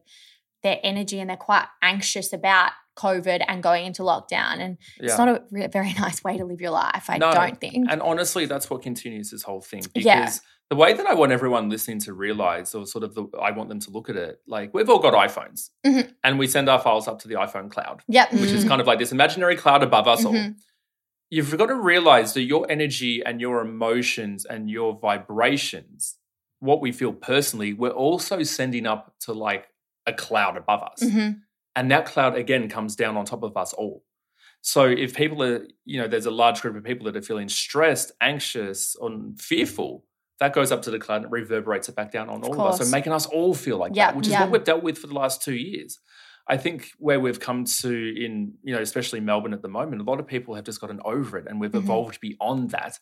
Speaker 1: their energy and they're quite anxious about COVID and going into lockdown. And
Speaker 3: Yeah.
Speaker 1: it's not a re- very nice way to live your life. I
Speaker 3: No.
Speaker 1: don't think.
Speaker 3: And honestly, that's what continues this whole thing because
Speaker 1: Yeah.
Speaker 3: the way that I want everyone listening to realize, or sort of the I want them to look at it, like we've all got iPhones
Speaker 1: Mhm.
Speaker 3: and we send our files up to the iPhone cloud,
Speaker 1: Yep.
Speaker 3: which is
Speaker 2: Mhm.
Speaker 3: kind of like this imaginary cloud above us all.
Speaker 1: Mhm.
Speaker 3: You've got to realize that your energy and your emotions and your vibrations, what we feel personally, we're also sending up to like a cloud above us
Speaker 1: Mhm.
Speaker 3: and that cloud again comes down on top of us all so if people are you know there's a large group of people that are feeling stressed anxious and fearful that goes up to the cloud and it reverberates it back down on all of us
Speaker 1: course.
Speaker 3: so making us all feel like
Speaker 1: Yeah,
Speaker 3: that which is
Speaker 1: yeah.
Speaker 3: what we've dealt with for the last two years i think where we've come to in you know especially melbourne at the moment a lot of people have just gotten over it and we've
Speaker 1: Mhm.
Speaker 3: evolved beyond that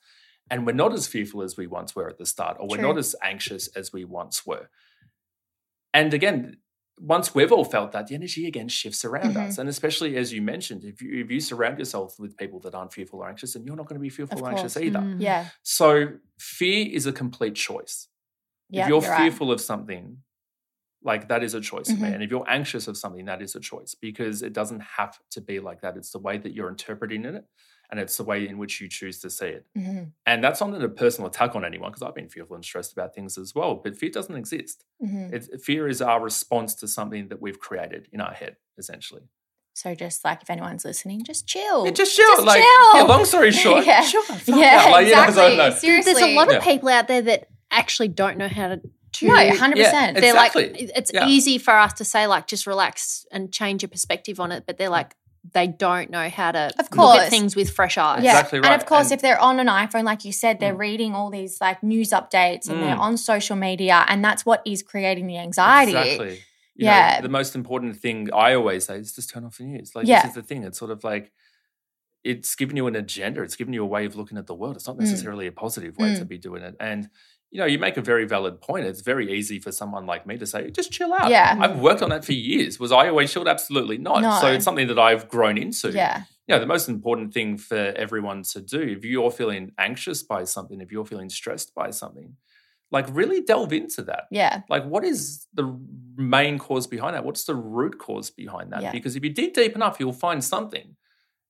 Speaker 3: and we're not as fearful as we once were at the start or we're
Speaker 1: True.
Speaker 3: not as anxious as we once were and again once we've all felt that, the energy again shifts around
Speaker 1: Mhm.
Speaker 3: us. And especially as you mentioned, if you, if you surround yourself with people that aren't fearful or anxious, then you're not going to be fearful
Speaker 1: Of
Speaker 3: or anxious
Speaker 1: course.
Speaker 3: either.
Speaker 2: Mm.
Speaker 1: Yeah.
Speaker 3: So fear is a complete choice.
Speaker 1: Yeah.
Speaker 3: if you're,
Speaker 1: right.
Speaker 3: fearful of something, like that is a choice for
Speaker 1: Mhm.
Speaker 3: me. And if you're anxious of something, that is a choice because it doesn't have to be like that. It's the way that you're interpreting it and it's the way in which you choose to see it.
Speaker 1: Mhm.
Speaker 3: And that's not a personal attack on anyone because I've been fearful and stressed about things as well. But fear doesn't exist.
Speaker 1: Mhm.
Speaker 3: It, fear is our response to something that we've created in our head, essentially.
Speaker 1: So just like if anyone's listening, just chill.
Speaker 3: Yeah, just chill.
Speaker 1: Oh, Just
Speaker 3: like,
Speaker 1: chill.
Speaker 3: yeah, long story short,
Speaker 1: Yeah.
Speaker 3: chill the fuck
Speaker 1: yeah,
Speaker 3: out. Like, you know,
Speaker 1: exactly.
Speaker 3: so, no.
Speaker 1: Seriously,
Speaker 2: There's a lot of
Speaker 3: Yeah.
Speaker 2: people out there that actually don't know how to. to
Speaker 1: no, hundred
Speaker 3: Yeah,
Speaker 1: percent.
Speaker 3: it's-
Speaker 2: they're like,
Speaker 3: Exactly.
Speaker 2: it's
Speaker 3: Yeah.
Speaker 2: easy for us to say like just relax and change your perspective on it, but they're like they don't know how to
Speaker 1: Of
Speaker 2: look
Speaker 1: course.
Speaker 2: at things with fresh eyes.
Speaker 1: Yeah,
Speaker 3: Exactly right.
Speaker 1: and of course,
Speaker 3: And-
Speaker 1: if they're on an iPhone, like you said, they're
Speaker 3: Mm.
Speaker 1: reading all these like news updates and they're
Speaker 3: Mm.
Speaker 1: on social media, and that's what is creating the anxiety.
Speaker 3: Exactly. You
Speaker 1: Yeah.
Speaker 3: Know, the most important thing I always say is just turn off the news. Like,
Speaker 1: Yeah.
Speaker 3: this is the thing. It's sort of like, it's given you an agenda. It's given you a way of looking at the world. It's not
Speaker 1: Mm.
Speaker 3: necessarily a positive way to be doing it. And, you know, you make a very valid point. It's very easy for someone like me to say, just chill out.
Speaker 1: Yeah.
Speaker 3: I've worked on that for years. Was I always chilled? Absolutely not. So
Speaker 1: No.
Speaker 3: it's something that I've grown into.
Speaker 1: Yeah,
Speaker 3: you know, the most important thing for everyone to do, if you're feeling anxious by something, if you're feeling stressed by something, like really delve into that.
Speaker 1: yeah,
Speaker 3: Like, what is the main cause behind that? What's the root cause behind that?
Speaker 1: Yeah.
Speaker 3: Because if you dig deep enough, you'll find something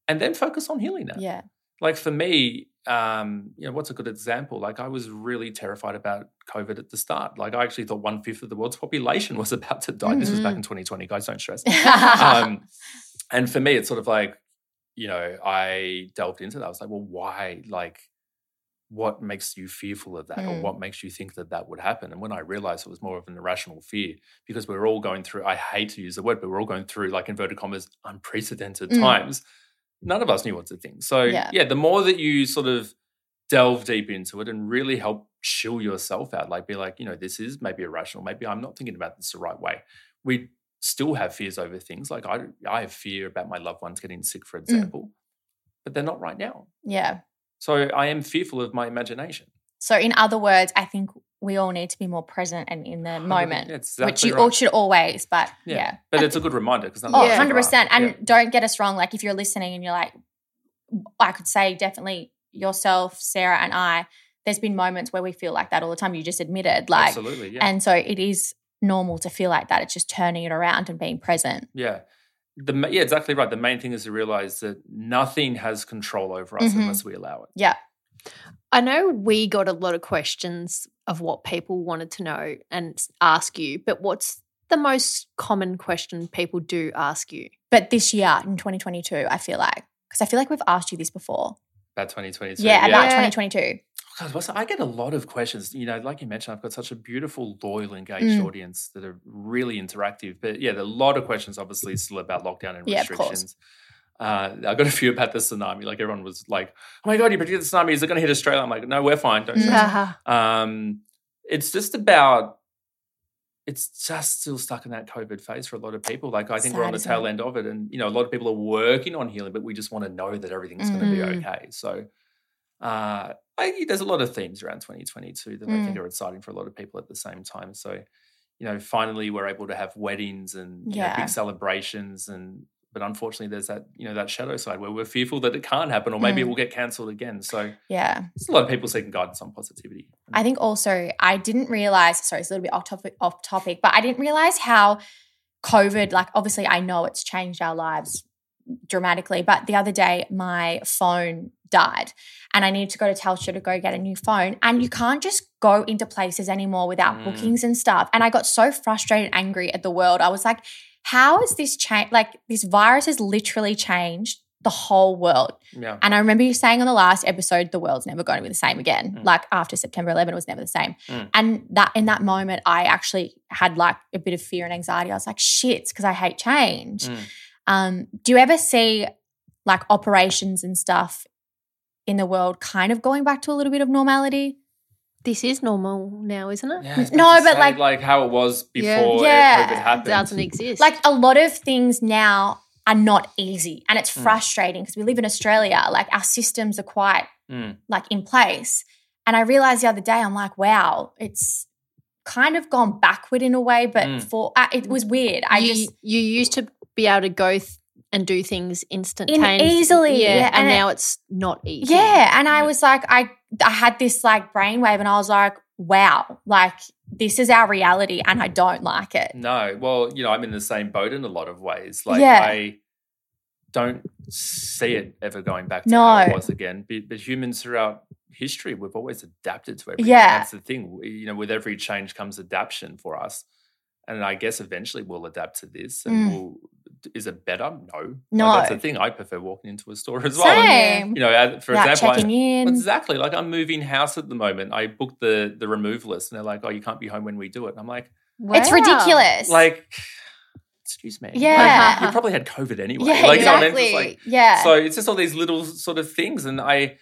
Speaker 3: and then focus on healing that.
Speaker 1: yeah.
Speaker 3: Like, for me, um, you know, what's a good example? Like, I was really terrified about COVID at the start. Like, I actually thought one fifth of the world's population was about to die. This was back
Speaker 1: Mm-hmm.
Speaker 2: Mhm.
Speaker 3: in 2020, guys, don't stress
Speaker 1: yeah.
Speaker 3: um, and for me, it's sort of like, you know, I delved into that. I was like, well, why? Like, what makes you fearful of that, or
Speaker 1: Mm.
Speaker 3: what makes you think that that would happen? And when I realized it was more of an irrational fear, because we are all going through, I hate to use the word, but we're all going through like inverted commas, unprecedented
Speaker 1: Mm.
Speaker 3: times. None of us knew what to think. So,
Speaker 1: Yeah.
Speaker 3: yeah, the more that you sort of delve deep into it and really help chill yourself out, like be like, you know, this is maybe irrational. Maybe I'm not thinking about this the right way. We still have fears over things. Like I, I have fear about my loved ones getting sick,
Speaker 1: Mm.
Speaker 3: for example, but they're not right now. So I am fearful of my imagination.
Speaker 1: So, in other words, I think we all need to be more present and in the moment,
Speaker 3: That's exactly
Speaker 1: which you
Speaker 3: right.
Speaker 1: all should always. But yeah.
Speaker 3: But it's a good reminder because
Speaker 1: Oh, 100%. And don't get us wrong. Like, if you're listening and you're like, I could say definitely yourself, Sarah, and I, there's been moments where we feel like that all the time. You just admitted, like,
Speaker 3: absolutely, yeah,
Speaker 1: and so it is normal to feel like that. It's just turning it around and being present.
Speaker 3: yeah. The, ma- yeah, exactly right. The main thing is to realize that nothing has control over us
Speaker 1: Mhm.
Speaker 3: unless we allow it.
Speaker 1: Yeah.
Speaker 2: I know we got a lot of questions of what people wanted to know and s- ask you, but what's the most common question people do ask you?
Speaker 1: But this year in 2022, I feel like, because I feel like we've asked you this before.
Speaker 3: About 2022.
Speaker 1: yeah, about
Speaker 2: Yeah.
Speaker 1: 2022.
Speaker 3: God, what's- I get a lot of questions. You know, like you mentioned, I've got such a beautiful, loyal, engaged
Speaker 1: Mm.
Speaker 3: audience that are really interactive. But yeah, there are a lot of questions, obviously, still about lockdown and
Speaker 1: Yeah, of course.
Speaker 3: restrictions. Uh, I got a few about the tsunami. Like everyone was like, "Oh my god, you predicted the tsunami? Is it going to hit Australia?" I'm like, "No, we're fine. Don't
Speaker 1: Mm.
Speaker 3: stress."
Speaker 2: Ah,
Speaker 3: Um, it's just about. It's just still stuck in that COVID phase for a lot of people. Like I think we're on
Speaker 1: Sad,
Speaker 3: the
Speaker 1: isn't it?
Speaker 3: tail end of it, and you know a lot of people are working on healing, but we just want to know that everything's going to be
Speaker 2: Mm.
Speaker 3: okay. So uh, I, there's a lot of themes around 2022 that
Speaker 1: Mm.
Speaker 3: I think are exciting for a lot of people at the same time. So you know, finally we're able to have weddings and you know,
Speaker 1: Yeah.
Speaker 3: big celebrations, and but unfortunately there's that you know that shadow side where we're fearful that it can't happen or maybe it
Speaker 1: Mm.
Speaker 3: will get cancelled again. So
Speaker 1: Yeah.
Speaker 3: there's a lot of people seeking guidance on positivity.
Speaker 1: I think also I didn't realize, sorry, it's a little bit off topic, off topic, but I didn't realize how COVID, like obviously I know it's changed our lives dramatically, but the other day my phone died and I needed to go to Telstra to go get a new phone. And you can't just go into places anymore without
Speaker 3: Mm.
Speaker 1: bookings and stuff. And I got so frustrated and angry at the world. I was like, how has this changed? Like this virus has literally changed the whole world.
Speaker 3: yeah.
Speaker 1: And I remember you saying on the last episode, the world's never going to be the same again.
Speaker 3: Mm.
Speaker 1: Like after September 11, it was never the same.
Speaker 3: Mm.
Speaker 1: And that in that moment, I actually had like a bit of fear and anxiety. I was like, shit, because I hate change.
Speaker 3: Mm.
Speaker 1: Um, do you ever see like operations and stuff in the world kind of going back to a little bit of normality?
Speaker 2: this is normal now, isn't it?
Speaker 3: Yeah, it's
Speaker 1: No,
Speaker 3: meant to
Speaker 1: but,
Speaker 3: say,
Speaker 1: like-
Speaker 3: like how it was
Speaker 2: Yeah.
Speaker 3: before it-
Speaker 1: Yeah.
Speaker 3: COVID happened.
Speaker 2: Doesn't exist.
Speaker 1: Like a lot of things now are not easy and it's
Speaker 3: Mm.
Speaker 1: frustrating because we live in Australia. Like our systems are quite
Speaker 3: Mm.
Speaker 1: like in place. And I realized the other day, I'm like, wow, it's kind of gone backward in a way, but
Speaker 3: Mm.
Speaker 1: for uh, it was weird. I
Speaker 2: you,
Speaker 1: just
Speaker 2: you used to be able to go th- and do things instantaneously,
Speaker 1: easily,
Speaker 2: yeah,
Speaker 1: yeah,
Speaker 2: and,
Speaker 1: and it-
Speaker 2: now it's not easy.
Speaker 1: yeah, and I
Speaker 3: Yeah.
Speaker 1: was like, I I had this like brainwave, and I was like, wow, like this is our reality, and I don't like it.
Speaker 3: No, well, you know, I'm in the same boat in a lot of ways. Like
Speaker 1: Yeah.
Speaker 3: I don't see it ever going back to
Speaker 1: No.
Speaker 3: how it was again. But, but humans throughout history, we've always adapted to everything.
Speaker 1: Yeah.
Speaker 3: That's the thing. We- You know, with every change comes adaptation for us. And I guess eventually we'll adapt to this. And
Speaker 1: Mm.
Speaker 3: we'll, is it better? No.
Speaker 1: No.
Speaker 3: Like, that's the thing. I prefer walking into a store as well. And,
Speaker 1: Same.
Speaker 3: you know, as- for
Speaker 1: Without
Speaker 3: example, I-
Speaker 1: checking in.
Speaker 3: Well, exactly. Like I'm moving house at the moment. I booked the the remove list, and they're like, "Oh, you can't be home when we do it." And I'm like,
Speaker 1: It's
Speaker 2: Wow.
Speaker 1: ridiculous.
Speaker 3: "Like, excuse me. Like,
Speaker 1: Yeah.
Speaker 3: you probably had COVID anyway.
Speaker 1: yeah,
Speaker 3: like, you know what I mean?
Speaker 1: exactly.
Speaker 3: Just like-
Speaker 1: yeah.
Speaker 3: so it's just all these little sort of things, and I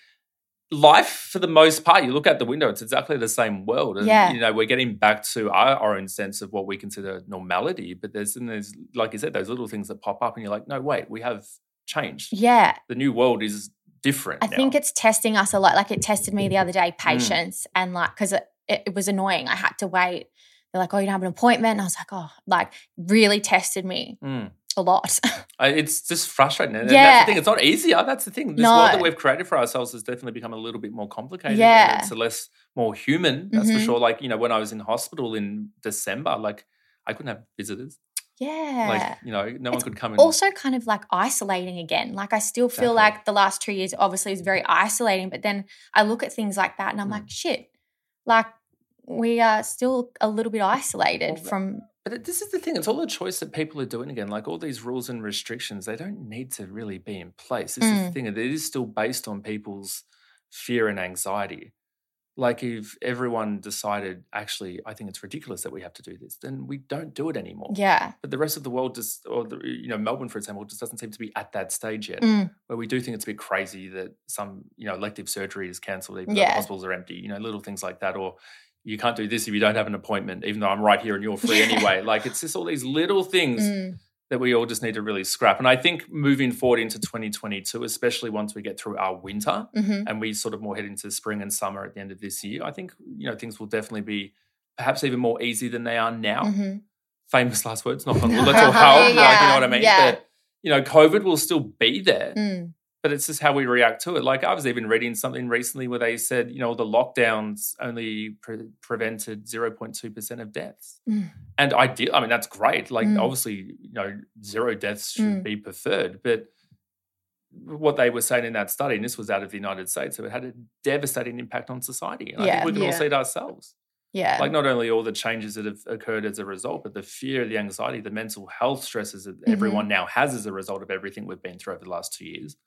Speaker 3: life for the most part, you look out the window, it's exactly the same world, and
Speaker 1: Yeah.
Speaker 3: you know we're getting back to our, our own sense of what we consider normality. But there's and there's like you said, those little things that pop up, and you're like, "No, wait, we have changed.
Speaker 1: yeah.
Speaker 3: The new world is different."
Speaker 1: I
Speaker 3: now. Hmm.
Speaker 1: think it's testing us a lot. Like it tested me the other day, patience, and like because it, it, it was annoying. I had to wait. They're like, oh, you don't have an appointment, and I was like, oh, like really tested me
Speaker 3: Mm.
Speaker 1: a lot.
Speaker 3: I- it's just frustrating. And that's
Speaker 1: Yeah.
Speaker 3: the thing. It's not easier. That's the thing. This
Speaker 1: No.
Speaker 3: world that we've created for ourselves has definitely become a little bit more complicated. and
Speaker 1: Yeah.
Speaker 3: It's less, more human, that's for
Speaker 1: Mhm.
Speaker 3: sure. Like, you know, when I was in hospital in December, like, I couldn't have visitors.
Speaker 1: yeah.
Speaker 3: Like, you know, no one
Speaker 1: It's
Speaker 3: could come in.
Speaker 1: also kind of like isolating again. Like I still feel
Speaker 3: Exactly.
Speaker 1: like the last two years obviously is very isolating, but then I look at things like that and I'm
Speaker 3: Mm.
Speaker 1: like, shit, like we are still a little bit isolated
Speaker 3: Well,
Speaker 1: from
Speaker 3: but it- this is the thing. It's all the choice that people are doing again. Like, all these rules and restrictions, they don't need to really be in place. This is the
Speaker 1: Mm.
Speaker 3: thing. It is still based on people's fear and anxiety. Like, if everyone decided, actually, I think it's ridiculous that we have to do this, then we don't do it anymore.
Speaker 1: yeah.
Speaker 3: but the rest of the world just or the, you know melbourne for example just doesn't seem to be at that stage yet
Speaker 1: Mm.
Speaker 3: where we do think it's a bit crazy that some you know elective surgery is cancelled even though
Speaker 1: Yeah.
Speaker 3: the hospitals are empty you know little things like that or you can't do this if you don't have an appointment even though i'm right here and you're free
Speaker 1: Yeah.
Speaker 3: anyway like it's just all these little things
Speaker 1: Mm.
Speaker 3: that we all just need to really scrap and i think moving forward into 2022 especially once we get through our winter
Speaker 1: mhm.
Speaker 3: and we sort of more head into spring and summer at the end of this year i think you know things will definitely be perhaps even more easy than they are now
Speaker 1: Mhm.
Speaker 3: famous last words, not on wood. That's all how, like, you know what I mean?
Speaker 1: Yeah.
Speaker 3: But, you know, COVID will still be there,
Speaker 1: Mm.
Speaker 3: but it's just how we react to it. Like, I was even reading something recently where they said, you know, the lockdowns only pre- prevented 0.2% of deaths.
Speaker 1: Mm.
Speaker 3: And I did, I mean, that's great. Like,
Speaker 1: Mm.
Speaker 3: obviously, you know, zero deaths should
Speaker 1: Mm.
Speaker 3: be preferred, but what they were saying in that study, and this was out of the United States, so it had a devastating impact on society. And I
Speaker 1: Yeah.
Speaker 3: think we can all
Speaker 2: Yeah.
Speaker 3: see it ourselves
Speaker 1: Yeah.
Speaker 3: like not only all the changes that have occurred as a result, but the fear, the anxiety, the mental health stresses that
Speaker 1: Mm-hmm.
Speaker 3: everyone now has as a result of everything we've been through over the last two years.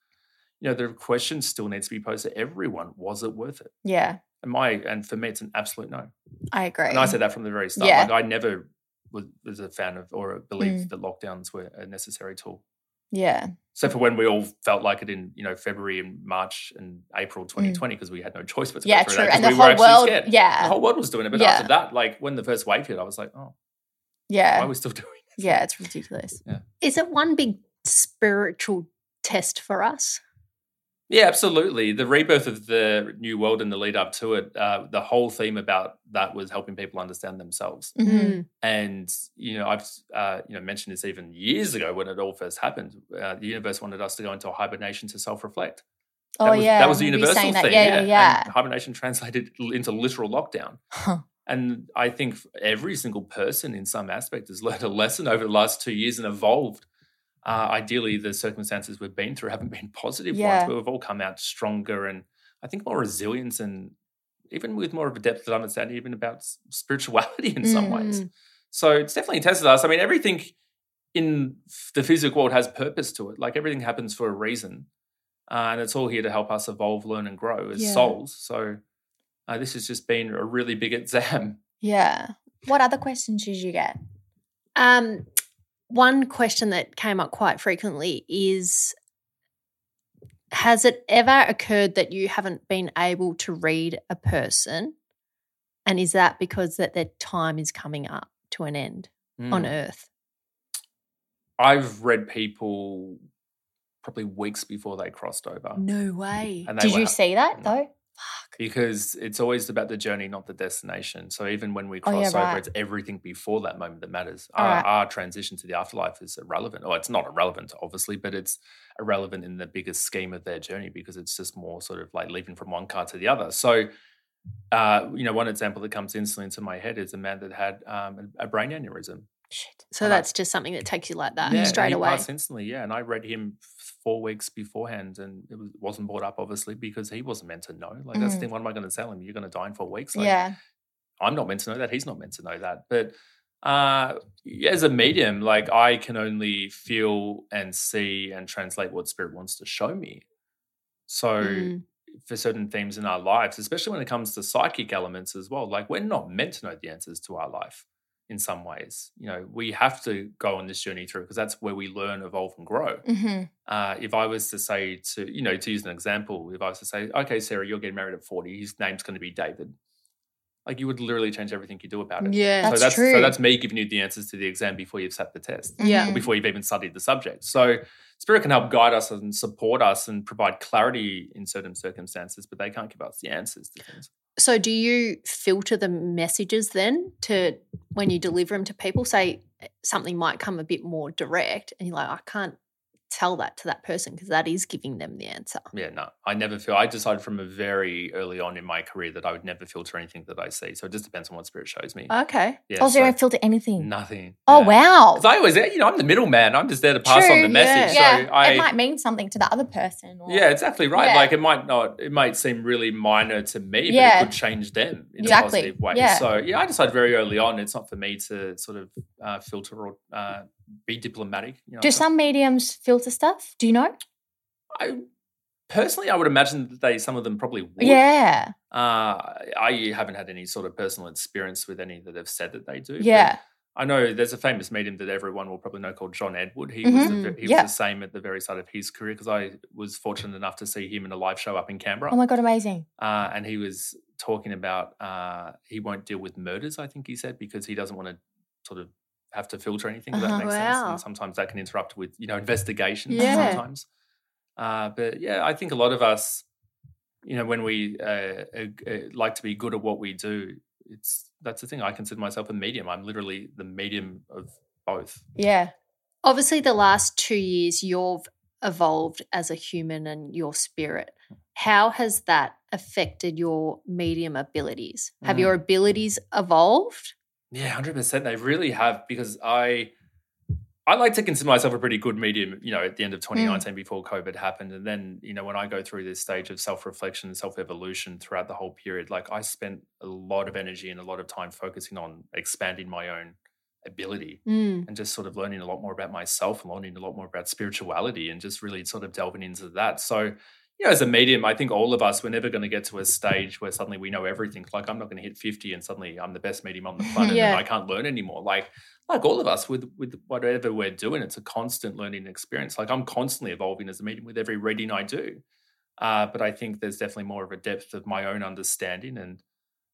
Speaker 3: You know, the question still needs to be posed to everyone: Was it worth it?
Speaker 1: yeah.
Speaker 3: And my and for me, it's an absolute no.
Speaker 1: I agree.
Speaker 3: And I said that from the very start.
Speaker 2: Yeah.
Speaker 3: Like I never was, was a fan of or
Speaker 1: Mm.
Speaker 3: believed that lockdowns were a necessary tool.
Speaker 1: yeah.
Speaker 3: Except for when we all felt like it in you know February and March and April 2020 because we had no choice but to
Speaker 1: Mm. Yeah,
Speaker 3: go through
Speaker 1: true.
Speaker 3: that 'cause
Speaker 1: And the
Speaker 3: we were
Speaker 1: whole
Speaker 3: actually
Speaker 1: world,
Speaker 3: scared. The
Speaker 1: yeah.
Speaker 3: whole world was doing it, but
Speaker 1: Yeah.
Speaker 3: after that, like when the first wave hit, I was like, oh, why
Speaker 1: yeah.
Speaker 3: are we still doing it?
Speaker 1: yeah, it's ridiculous.
Speaker 2: Is it one big spiritual test for us?
Speaker 3: Yeah, absolutely. The rebirth of the new world and the lead up to it, uh, the whole theme about that was helping people understand themselves.
Speaker 1: Mhm.
Speaker 3: And you know, I've uh, you know mentioned this even years ago when it all first happened. Uh, the universe wanted us to go into a hibernation to self-reflect.
Speaker 1: Oh,
Speaker 3: that was,
Speaker 1: yeah.
Speaker 3: that was the
Speaker 1: I remember you
Speaker 3: universal
Speaker 1: saying
Speaker 3: thing.
Speaker 1: that. Yeah, yeah, yeah.
Speaker 3: And hibernation translated l- into literal lockdown.
Speaker 1: Huh.
Speaker 3: And I think every single person in some aspect has learned a lesson over the last two years and evolved. Uh, ideally, the circumstances we've been through haven't been positive
Speaker 1: Yeah.
Speaker 3: ones, but we've all come out stronger and I think more resilience and even with more of a depth of understanding, even about s- spirituality in some
Speaker 1: Mm.
Speaker 3: ways. So it's definitely tested us. I mean, everything in f- the physical world has purpose to it. Like everything happens for a reason, uh, and it's all here to help us evolve, learn, and grow as
Speaker 1: Yeah.
Speaker 3: souls. So uh, this has just been a really big exam.
Speaker 1: Yeah. What other questions did you get?
Speaker 2: Um, one question that came up quite frequently is Has it ever occurred that you haven't been able to read a person? And is that because that their time is coming up to an end on
Speaker 3: Mm.
Speaker 2: earth?
Speaker 3: I've read people probably weeks before they crossed over,
Speaker 2: No way.
Speaker 3: and they
Speaker 1: Did
Speaker 3: were
Speaker 1: you
Speaker 3: ha-
Speaker 1: see that
Speaker 3: No.
Speaker 1: though?
Speaker 3: because it's always about the journey, not the destination. So even when we
Speaker 1: Oh, yeah,
Speaker 3: cross over,
Speaker 1: right.
Speaker 3: it's everything before that moment that matters.
Speaker 1: All
Speaker 3: Our,
Speaker 1: right.
Speaker 3: our transition to the afterlife is irrelevant. Oh, it's not irrelevant, obviously, but it's irrelevant in the biggest scheme of their journey because it's just more sort of like leaping from one car to the other. So, uh, you know, one example that comes instantly into my head is a man that had um, a a brain aneurysm.
Speaker 1: Shit.
Speaker 2: So
Speaker 3: And I-
Speaker 2: that's just something that takes you like that
Speaker 3: Yeah, and
Speaker 2: uh, straight
Speaker 3: he
Speaker 2: away.
Speaker 3: passed instantly, yeah. And I read him f- four weeks beforehand, and it was, wasn't brought up obviously because he wasn't meant to know. Like that's
Speaker 2: Mm.
Speaker 3: the
Speaker 1: Mhm.
Speaker 3: thing. What am I going to tell him? You're going to die in four weeks. Like,
Speaker 1: Yeah.
Speaker 3: I'm not meant to know that. He's not meant to know that. But uh, as a medium, like I can only feel and see and translate what spirit wants to show me. So
Speaker 2: Mm.
Speaker 3: for certain themes in our lives, especially when it comes to psychic elements as well, like we're not meant to know the answers to our life in some ways. You know, we have to go on this journey through because that's where we learn, evolve, and grow
Speaker 1: hmm
Speaker 3: uh, if I was to say to you know to use an example, if I was to say, okay, Sarah, you're getting married at forty, his name's going to be David. Like you would literally change everything you do about it.
Speaker 2: Yeah.
Speaker 1: That's
Speaker 3: so that's
Speaker 1: true.
Speaker 3: so that's me giving you the answers to the exam before you've sat the test,
Speaker 2: Yeah.
Speaker 3: or
Speaker 1: mm-hmm. Mm.
Speaker 3: before you've even studied the subject. So spirit can help guide us and support us and provide clarity in certain circumstances, but they can't give us the answers to things.
Speaker 2: So do you filter the messages then to when you deliver them to people? Say eh, something might come a bit more direct, and you're like, I can't tell that to that person because that is giving them the answer.
Speaker 3: Yeah, no, I never feel. I decided from a very early on in my career that I would never filter anything that I see. So it just depends on what spirit shows
Speaker 1: Oh,
Speaker 3: me.
Speaker 2: Okay.
Speaker 3: yeah,
Speaker 1: also,
Speaker 3: so
Speaker 1: don't filter anything.
Speaker 3: nothing.
Speaker 1: Oh
Speaker 3: Yeah.
Speaker 1: wow.
Speaker 3: Because I always, you know, I'm the middleman. I'm just there to pass on
Speaker 2: True,
Speaker 3: the message.
Speaker 1: yeah.
Speaker 3: So I,
Speaker 1: it might mean something to the other person. Or,
Speaker 3: yeah, exactly right.
Speaker 1: Yeah.
Speaker 3: Like it might not, it might seem really minor to me, but
Speaker 1: Yeah.
Speaker 3: it could change them in
Speaker 1: Exactly,
Speaker 3: a positive way.
Speaker 1: yeah.
Speaker 3: So yeah, I decided very early on it's not for me to sort of uh, filter or uh, be diplomatic. You know,
Speaker 1: Do
Speaker 3: I-
Speaker 1: some mediums filter stuff? Do you know?
Speaker 3: I personally, I would imagine that they some of them probably would.
Speaker 1: Yeah.
Speaker 3: Uh, I haven't had any sort of personal experience with any that have said that they do. but
Speaker 1: Yeah.
Speaker 3: I know there's a famous medium that everyone will probably know called John Edward. He was the,
Speaker 2: Mhm.
Speaker 3: ve- he
Speaker 1: Mm-hmm. Yeah.
Speaker 3: was the same at the very start of his career because I was fortunate enough to see him in a live show up in Canberra,
Speaker 1: Oh my god, amazing.
Speaker 3: uh, and he was talking about uh, he won't deal with murders. I think he said because he doesn't want to sort of have to filter anything. If that
Speaker 1: Uh-huh.
Speaker 3: makes sense.
Speaker 2: Wow.
Speaker 3: And sometimes that can interrupt with you know investigations.
Speaker 2: Yeah.
Speaker 3: Sometimes, uh, but yeah, I think a lot of us, you know, when we uh, uh, uh, like to be good at what we do, it's that's the thing. I consider myself a medium. I'm literally the medium of both.
Speaker 1: Yeah.
Speaker 2: Obviously, the last two years you've evolved as a human and your spirit. How has that affected your medium abilities? Have
Speaker 3: Mm.
Speaker 2: your abilities evolved?
Speaker 3: Yeah, hundred percent. They really have because I, I like to consider myself a pretty good medium. You know, at the end of 2019, before COVID happened, and then you know when I go through this stage of self reflection and self evolution throughout the whole period, like I spent a lot of energy and a lot of time focusing on expanding my own ability
Speaker 2: Mm.
Speaker 3: and just sort of learning a lot more about myself and learning a lot more about spirituality and just really sort of delving into that. So you know, as a medium, I think all of us, we're never going to get to a stage where suddenly we know everything. Like I'm not going to hit 50 and suddenly I'm the best medium on the planet
Speaker 2: Yeah.
Speaker 3: and I can't learn anymore. Like, like all of us with with whatever we're doing, it's a constant learning experience. Like I'm constantly evolving as a medium with every reading I do. Uh, but I think there's definitely more of a depth of my own understanding and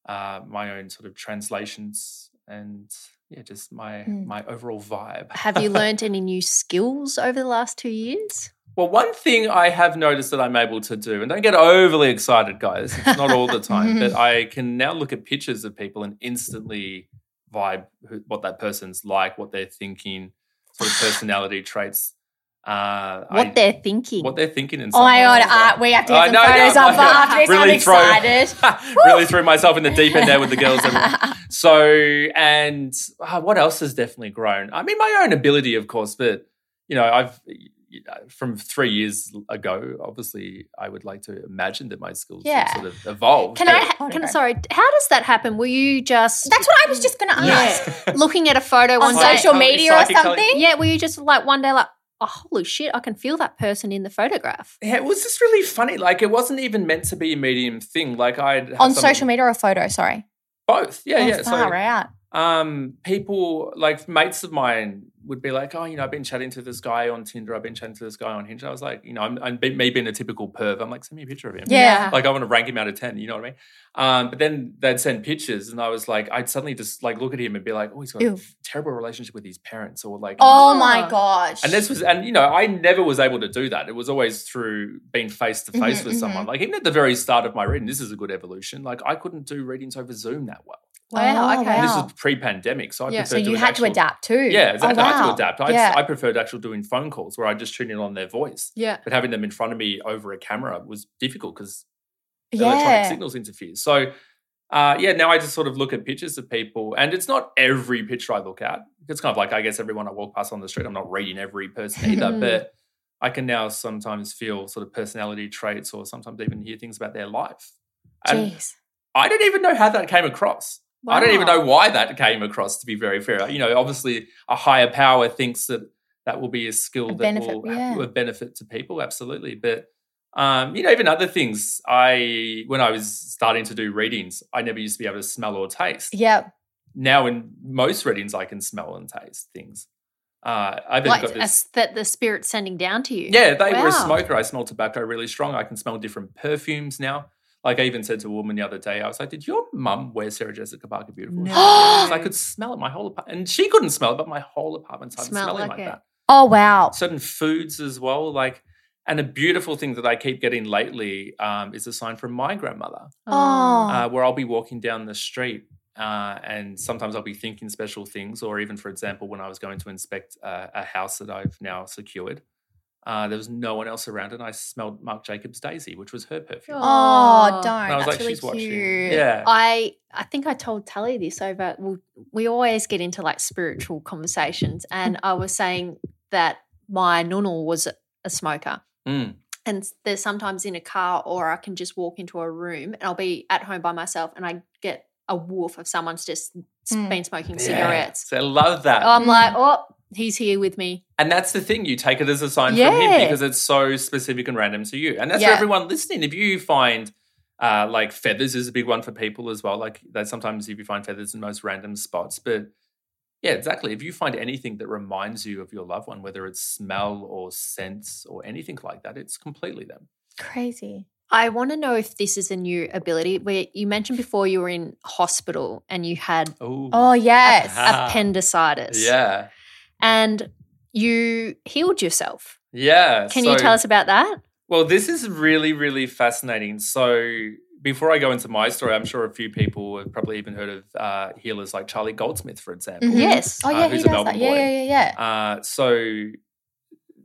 Speaker 3: uh, my own sort of translations and yeah, just my
Speaker 1: Mm.
Speaker 3: my overall vibe.
Speaker 2: Hmm. Have you learned any new skills over the last two years?
Speaker 3: Well, one thing I have noticed that I'm able to do, and don't get overly excited, guys, it's not all the time, but I can now look at pictures of people and instantly vibe who, what that person's like, what they're thinking, sort of personality traits. Uh,
Speaker 2: What
Speaker 3: I,
Speaker 2: they're thinking.
Speaker 3: what they're thinking in
Speaker 1: Oh my
Speaker 3: something.
Speaker 1: god, uh, we have to get
Speaker 3: I
Speaker 1: some
Speaker 3: know,
Speaker 1: photos
Speaker 3: yeah,
Speaker 1: up
Speaker 3: I-
Speaker 1: after this. I'm
Speaker 3: really throw-
Speaker 1: excited.
Speaker 3: really threw myself in the deep end there with the girls. so, and uh, what else has definitely grown? I mean, my own ability, of course, but you know, I've you know, from three years ago. Obviously, I would like to imagine that my skills have
Speaker 1: Yeah.
Speaker 3: sort of evolved.
Speaker 2: can
Speaker 3: but-
Speaker 2: I? Can sorry? How does that happen? Were you just
Speaker 1: That's what I was just going to
Speaker 2: Yeah.
Speaker 1: ask. oh,
Speaker 2: looking at a photo
Speaker 1: On
Speaker 2: one day?
Speaker 1: social media or
Speaker 3: Psychically-
Speaker 1: something?
Speaker 2: Yeah, were you just like one day like, oh holy shit, I can feel that person in the photograph?
Speaker 3: Yeah, it was just really funny. Like, it wasn't even meant to be a medium thing. Like, I'd have
Speaker 1: On
Speaker 3: someone-
Speaker 1: social media or photo, sorry.
Speaker 3: both. Yeah,
Speaker 1: oh,
Speaker 3: yeah. So,
Speaker 1: Far out.
Speaker 3: um, people like mates of mine would be like, "Oh, you know, I've been chatting to this guy on Tinder. I've been chatting to this guy on Hinge." I was like, you know, I'm, I'm be- me being a typical perv. I'm like, send me a picture of him.
Speaker 1: Yeah.
Speaker 3: Like I want to rank him out of ten. You know what I mean? Um, but then they'd send pictures, and I was like, I'd suddenly just like look at him and be like, "Oh, he's got
Speaker 1: Ew.
Speaker 3: a terrible relationship with his parents," or like,
Speaker 1: Oh my gosh.
Speaker 3: and this was, and you know, I never was able to do that. It was always through being face to face
Speaker 1: Mhm,
Speaker 3: with someone. Like even at the very start of my reading, this is a good evolution. Like I couldn't do readings over Zoom that well.
Speaker 2: Wow,
Speaker 1: Oh,
Speaker 2: okay.
Speaker 3: And
Speaker 1: wow.
Speaker 3: This is pre-pandemic, so I
Speaker 2: Yeah.
Speaker 3: prefer
Speaker 1: so you
Speaker 3: doing
Speaker 1: had
Speaker 3: actual-
Speaker 1: to adapt too.
Speaker 3: Yeah, exactly.
Speaker 1: Oh,
Speaker 3: I had
Speaker 1: wow.
Speaker 3: to adapt. I,
Speaker 1: yeah.
Speaker 3: I preferred actually doing phone calls where I just tune in on their voice,
Speaker 2: Yeah.
Speaker 3: but having them in front of me over a camera was difficult because electronic
Speaker 1: yeah.
Speaker 3: signals interfere. So, uh, yeah, now I just sort of look at pictures of people, and it's not every picture I look at. It's kind of like I guess everyone I walk past on the street, I'm not reading every person either,
Speaker 2: Mm.
Speaker 3: but I can now sometimes feel sort of personality traits, or sometimes even hear things about their life. And
Speaker 1: Jeez.
Speaker 3: I don't even know how that came across. I don't even know why that came across, to be very fair. You know, obviously, a higher power thinks that that will be a skill
Speaker 1: A
Speaker 3: that
Speaker 1: benefit,
Speaker 3: will
Speaker 1: yeah.
Speaker 3: will benefit to people, absolutely. But, um, you know, even other things, I, when I was starting to do readings, I never used to be able to smell or taste.
Speaker 1: Yeah.
Speaker 3: Now, in most readings, I can smell and taste things. Uh, I've even
Speaker 2: Like
Speaker 3: got this.
Speaker 2: as- that the spirit's sending down to you.
Speaker 3: Yeah, they were a
Speaker 2: Wow.
Speaker 3: smoker. I smell tobacco really strong. I can smell different perfumes now. Like I even said to a woman the other day, I was like, "Did your mum wear Sarah Jessica Parker Beautiful?"
Speaker 2: No.
Speaker 3: So I could smell it my whole apartment. And she couldn't smell it, but my whole apartment started
Speaker 2: Smelled
Speaker 3: smelling
Speaker 2: like
Speaker 3: like,
Speaker 2: it.
Speaker 3: that.
Speaker 1: Oh wow.
Speaker 3: Certain foods as well, like and a beautiful thing that I keep getting lately um, is a sign from my grandmother,
Speaker 1: Oh.
Speaker 3: uh, where I'll be walking down the street, uh, and sometimes I'll be thinking special things, or even, for example, when I was going to inspect uh, a house that I've now secured, uh, there was no one else around, and I smelled Marc Jacobs Daisy, which was her perfume.
Speaker 2: Oh,
Speaker 1: Oh, don't.
Speaker 3: and I was
Speaker 1: That's
Speaker 3: like,
Speaker 1: really
Speaker 3: she's watching.
Speaker 1: cute.
Speaker 3: Yeah,
Speaker 2: I I think I told Tully this over. We, we always get into like spiritual conversations, and
Speaker 1: Mm.
Speaker 2: I was saying that my noodle was a smoker,
Speaker 3: Mm.
Speaker 2: and they're sometimes in a car, or I can just walk into a room, and I'll be at home by myself, and I get a woof of someone's just s-
Speaker 1: Mm.
Speaker 2: been smoking
Speaker 3: Yeah. Uh,
Speaker 2: cigarettes.
Speaker 3: So I love that.
Speaker 2: I'm
Speaker 1: Mm.
Speaker 2: like, oh, he's here with me.
Speaker 3: And that's the thing, you take it as a sign from
Speaker 2: Yeah.
Speaker 3: him because it's so specific and random to you. And that's
Speaker 1: Yeah.
Speaker 3: for everyone listening. If you find uh, like feathers is a big one for people as well. Like that sometimes if you find feathers in the most random spots. But yeah, exactly. If you find anything that reminds you of your loved one, whether it's smell or sense or anything like that, it's completely them.
Speaker 1: Crazy.
Speaker 2: I want to know if this is a new ability. Where you mentioned before you were in hospital and you had
Speaker 3: Ooh.
Speaker 1: Oh yes.
Speaker 3: Uh-huh. Ah.
Speaker 2: appendicitis.
Speaker 3: Yeah.
Speaker 2: and you healed yourself.
Speaker 3: Yeah.
Speaker 2: Can you
Speaker 3: So-
Speaker 2: tell us about that?
Speaker 3: Well, this is really, really fascinating. So, before I go into my story, I'm sure a few people have probably even heard of uh, healers like Charlie Goldsmith, for example.
Speaker 1: Mhm.
Speaker 2: Yes.
Speaker 1: oh
Speaker 3: Uh,
Speaker 1: yeah, he
Speaker 3: who's
Speaker 1: does
Speaker 3: a
Speaker 1: that.
Speaker 3: Melbourne
Speaker 1: Yeah,
Speaker 3: boy.
Speaker 1: yeah, yeah, yeah.
Speaker 3: Uh, so,